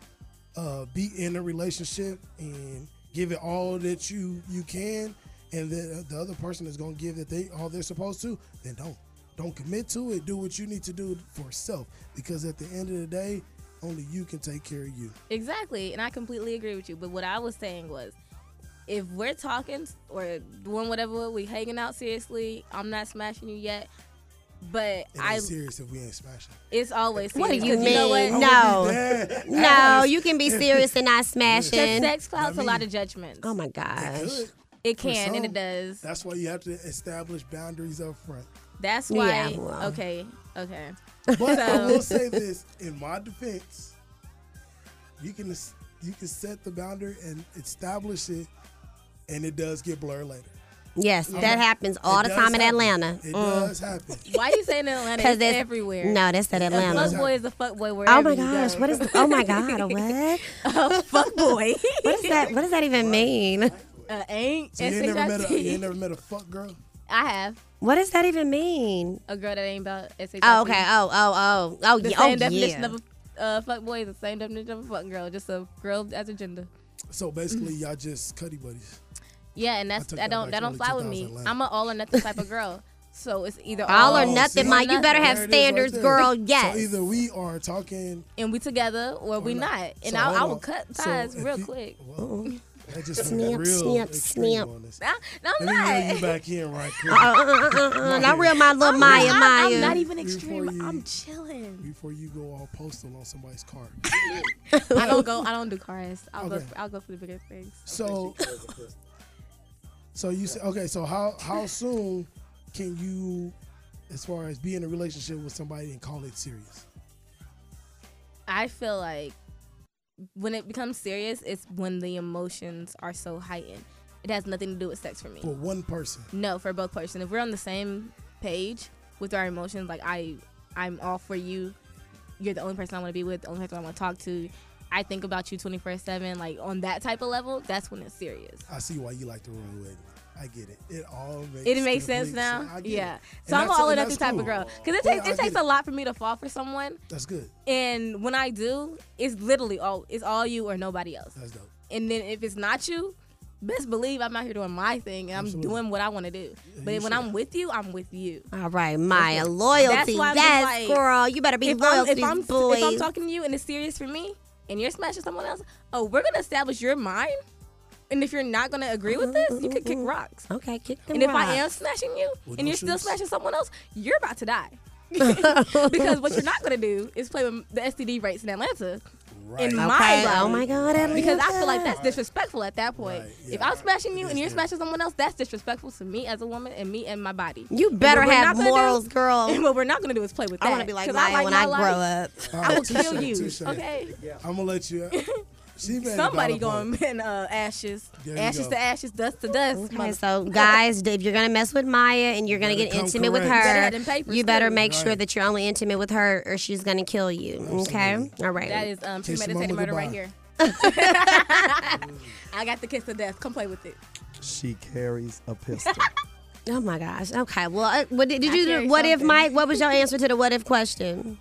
Speaker 4: uh, be in a relationship and give it all that you you can, and the the other person is going to give that they all they're supposed to, then don't don't commit to it. Do what you need to do for self, because at the end of the day, only you can take care of you.
Speaker 3: Exactly, and I completely agree with you. But what I was saying was, if we're talking or doing whatever, we hanging out seriously. I'm not smashing you yet, but
Speaker 4: It ain't
Speaker 3: I.
Speaker 4: serious if we ain't smashing.
Speaker 3: It's always
Speaker 1: What do
Speaker 3: serious,
Speaker 1: you
Speaker 3: 'cause know
Speaker 1: mean?
Speaker 3: what?
Speaker 1: No. No,
Speaker 4: Ass.
Speaker 1: you can be serious and not
Speaker 3: Because
Speaker 1: smashing.
Speaker 3: sex clouds
Speaker 4: I
Speaker 3: a lot
Speaker 4: mean-
Speaker 3: of judgments.
Speaker 1: Oh my gosh.
Speaker 4: Good.
Speaker 3: It
Speaker 4: For
Speaker 3: can and
Speaker 4: some,
Speaker 3: it does.
Speaker 4: That's why you have to establish boundaries up front.
Speaker 3: That's why.
Speaker 1: Yeah, well.
Speaker 3: Okay. Okay.
Speaker 4: But I
Speaker 3: So-
Speaker 4: will say this in my defense, you can es- you can set the boundary and establish it, and it does get blurred later.
Speaker 1: Yes, that happens all
Speaker 4: It
Speaker 1: the
Speaker 4: does
Speaker 1: time in
Speaker 4: happen.
Speaker 1: Atlanta. Mm.
Speaker 4: It does happen.
Speaker 3: Why you saying Atlanta? It's
Speaker 1: that's-
Speaker 3: everywhere.
Speaker 1: No, that's at
Speaker 3: A
Speaker 1: Atlanta.
Speaker 4: does
Speaker 3: fuck boy is a fuck boy wherever
Speaker 1: Oh my
Speaker 3: you
Speaker 1: gosh,
Speaker 3: go.
Speaker 1: what is? Oh my god, a what?
Speaker 3: a fuck boy?
Speaker 1: What is that? What does that even mean?
Speaker 3: uh, ain't
Speaker 4: So you ain't never met a you ain't
Speaker 3: SHIT.
Speaker 4: never met a fuck girl.
Speaker 3: I have
Speaker 1: What does that even mean?
Speaker 3: a girl that ain't about SHIT.
Speaker 1: Oh, okay. Oh, oh, oh, oh,
Speaker 3: The
Speaker 1: yeah.
Speaker 3: same
Speaker 1: oh,
Speaker 3: definition
Speaker 1: yeah.
Speaker 3: of a uh, fuck boy is the same definition of a fuck girl, just a girl as a gender.
Speaker 4: So basically,
Speaker 1: Mm.
Speaker 4: y'all just cuddy buddies.
Speaker 3: Yeah, and that's
Speaker 4: took
Speaker 3: I
Speaker 4: that
Speaker 3: don't
Speaker 4: back
Speaker 3: that
Speaker 4: to
Speaker 3: don't
Speaker 4: the
Speaker 3: fly with me.
Speaker 4: 2011.
Speaker 3: I'm an all or nothing type of girl, so it's either
Speaker 1: All or
Speaker 4: Oh,
Speaker 1: nothing,
Speaker 4: see?
Speaker 1: Ma. You better have
Speaker 4: There it is right
Speaker 1: standards,
Speaker 4: there.
Speaker 1: girl.
Speaker 4: So
Speaker 1: Yes.
Speaker 4: either we are talking.
Speaker 3: and we together or we
Speaker 4: not.
Speaker 3: not, and
Speaker 4: so
Speaker 3: I,
Speaker 4: hold
Speaker 3: I will
Speaker 4: on.
Speaker 3: cut
Speaker 4: So
Speaker 3: ties
Speaker 4: if
Speaker 3: real
Speaker 4: you-
Speaker 3: quick.
Speaker 4: Whoa. That just
Speaker 1: Snip,
Speaker 4: snip, real
Speaker 1: snip,
Speaker 4: snip,
Speaker 1: snip.
Speaker 4: On this.
Speaker 3: No, no, I'm
Speaker 4: Let me reel
Speaker 3: not.
Speaker 4: you back in right quick
Speaker 1: Uh, uh, uh, uh, uh, not real, my little
Speaker 3: Oh, I'm
Speaker 1: Maya,
Speaker 3: not-
Speaker 1: Maya.
Speaker 3: I'm, I'm not e- even
Speaker 4: Before
Speaker 3: extreme.
Speaker 4: you-
Speaker 3: I'm chilling.
Speaker 4: before you go all postal on somebody's car.
Speaker 3: I don't go. I don't do cars. I'll
Speaker 4: Okay.
Speaker 3: go. I'll go for the bigger things.
Speaker 4: So, so you say okay. So how how soon can you, as far as be in a relationship with somebody and call it serious?
Speaker 3: I feel like when it becomes serious, it's when the emotions are so heightened. It has nothing to do with sex for me.
Speaker 4: For one person,
Speaker 3: No, for both person. If we're on the same page with our emotions, like I, I'm all for you. You're the only person I want to be with. The only person I want to talk to. I think about you 24/7. Like on that type of level, that's when it's serious.
Speaker 4: I see why you like to run with it. I get it. It all makes
Speaker 3: It makes sense
Speaker 4: complete
Speaker 3: now.
Speaker 4: I get
Speaker 3: Yeah.
Speaker 4: it.
Speaker 3: So
Speaker 4: And
Speaker 3: I'm
Speaker 4: that's-
Speaker 3: all or
Speaker 4: and
Speaker 3: nothing
Speaker 4: that's
Speaker 3: type
Speaker 4: cool.
Speaker 3: of girl. Because it
Speaker 4: Yeah,
Speaker 3: takes
Speaker 4: I
Speaker 3: it
Speaker 4: get
Speaker 3: takes a lot for me to fall for someone.
Speaker 4: That's good.
Speaker 3: And when I do, it's literally all it's all you or nobody else.
Speaker 4: That's dope.
Speaker 3: And then if it's not you, best believe I'm out here doing my thing and I'm
Speaker 4: Absolutely.
Speaker 3: doing what I want to do.
Speaker 4: Yeah,
Speaker 3: But
Speaker 4: you
Speaker 3: when
Speaker 4: should.
Speaker 3: I'm with you, I'm with you.
Speaker 1: All right, Maya, loyalty.
Speaker 3: why I'm
Speaker 1: Yes,
Speaker 3: like-
Speaker 1: girl. You better be
Speaker 3: if
Speaker 1: loyal
Speaker 3: I'm,
Speaker 1: to
Speaker 3: if,
Speaker 1: these
Speaker 3: I'm,
Speaker 1: boys.
Speaker 3: if I'm talking to you and it's serious for me and you're smashing someone else, oh, we're going to establish your mind. And if you're not going to agree with this, you could kick rocks.
Speaker 1: okay, kick them
Speaker 3: And if I am
Speaker 1: Mm-hmm. rocks.
Speaker 3: smashing you
Speaker 4: With
Speaker 3: and
Speaker 4: no
Speaker 3: you're still
Speaker 4: shoes?
Speaker 3: smashing someone else, you're about to die. because what you're not going to do is play with the STD rates in Atlanta.
Speaker 4: Right.
Speaker 3: my
Speaker 1: okay.
Speaker 3: body.
Speaker 1: Oh my God, Atlanta.
Speaker 3: Because I feel like that's disrespectful at that point.
Speaker 4: Right,
Speaker 3: If
Speaker 4: yeah.
Speaker 3: I'm smashing you
Speaker 4: It
Speaker 3: and
Speaker 4: is
Speaker 3: you're
Speaker 4: different.
Speaker 3: smashing someone else, that's disrespectful to me as a woman and me and my body.
Speaker 1: you better
Speaker 3: we're
Speaker 1: have
Speaker 3: not gonna do-
Speaker 1: morals, girl.
Speaker 3: And what we're not going to do is play with that.
Speaker 1: I want to be like
Speaker 3: 'Cause
Speaker 1: Maya when
Speaker 3: my
Speaker 1: I
Speaker 3: life.
Speaker 1: grow up.
Speaker 3: I will kill you. Okay.
Speaker 4: I'm gonna let you. uh, She made a
Speaker 3: Somebody
Speaker 4: valid point.
Speaker 3: going in uh, ashes,
Speaker 4: There you
Speaker 3: ashes
Speaker 4: go.
Speaker 3: to ashes, dust to dust.
Speaker 1: Okay, so guys, if you're gonna mess with Maya and you're gonna
Speaker 4: Better
Speaker 1: get
Speaker 4: come
Speaker 1: intimate with
Speaker 4: correct. You
Speaker 3: better
Speaker 1: her,
Speaker 3: have them papers,
Speaker 1: you better
Speaker 3: too.
Speaker 1: make sure
Speaker 4: Right.
Speaker 1: that you're only intimate with her, or she's gonna kill you. Okay,
Speaker 4: Absolutely.
Speaker 1: all right.
Speaker 3: that is um,
Speaker 4: Kiss your
Speaker 3: premeditated
Speaker 4: mama
Speaker 3: murder right
Speaker 4: goodbye.
Speaker 3: here. I got the kiss of death. Come play with it.
Speaker 2: She carries a pistol.
Speaker 1: oh my gosh. Okay. Well, uh, what did, did
Speaker 3: I
Speaker 1: you?
Speaker 3: carry
Speaker 1: What if
Speaker 3: something.
Speaker 1: Mike? What was your answer to the what if question?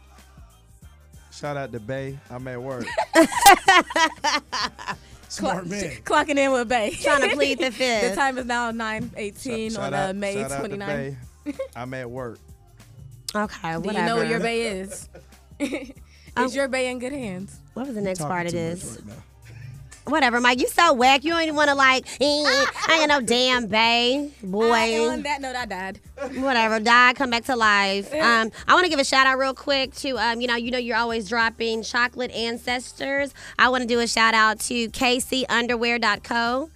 Speaker 2: Shout out to Bay. I'm at work.
Speaker 4: Smart man.
Speaker 3: clocking in with Bay.
Speaker 1: Trying to plead the fifth.
Speaker 3: the time is now 9:18
Speaker 2: Shout
Speaker 3: on uh,
Speaker 2: out-
Speaker 3: May
Speaker 2: shout out to
Speaker 3: 29th.
Speaker 2: Bay. I'm at work.
Speaker 1: Okay,
Speaker 3: Do
Speaker 1: whatever.
Speaker 3: you know where your Bay is? is
Speaker 1: Oh.
Speaker 3: your Bay in good hands?
Speaker 1: what was the next
Speaker 2: Talking
Speaker 1: part of
Speaker 2: too much
Speaker 1: this?
Speaker 2: right now.
Speaker 1: Whatever, Mike. You so whack. You don't even want to like. eh, I ain't got no damn bay,
Speaker 3: I,
Speaker 1: boy.
Speaker 3: on that note, I died.
Speaker 1: Whatever, die, come back to life. Um, I want to give a shout out real quick to um, you know, you know, you're always dropping chocolate ancestors. I want to do a shout out to kcunderwear.co.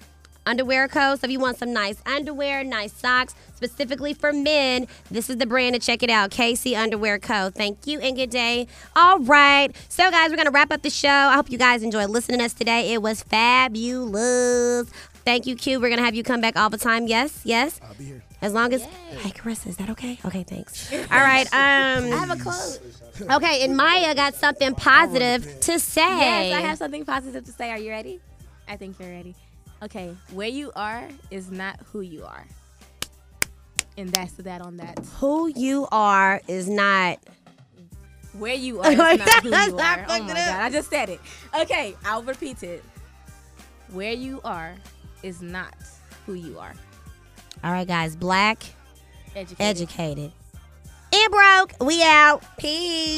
Speaker 1: Underwear Co. So if you want some nice underwear, nice socks, specifically for men, this is the brand to check it out. KC Underwear Co. Thank you and good day. All right. So guys, we're gonna wrap up the show. I hope you guys enjoyed listening to us today. It was fabulous. Thank you, Q. We're gonna have you come back all the time. Yes, yes.
Speaker 4: I'll be here.
Speaker 1: As long as Hey Carissa, is that okay? Okay, thanks. All right. Um I have a quote. Okay, and Maya got something positive to say.
Speaker 3: Oh, Yes, I have something positive to say. Are you ready? I think you're ready. Okay, where you are is not who you are. And that's that on that.
Speaker 1: Who you are is not
Speaker 3: Where you are is
Speaker 1: I
Speaker 3: not who you
Speaker 1: fucked
Speaker 3: are.
Speaker 1: it
Speaker 3: Oh my god,
Speaker 1: up.
Speaker 3: I just said it. Okay, I'll repeat it. Where you are is not who you are.
Speaker 1: all right, guys, black,
Speaker 3: Educated.
Speaker 1: educated. And broke. We out. Peace.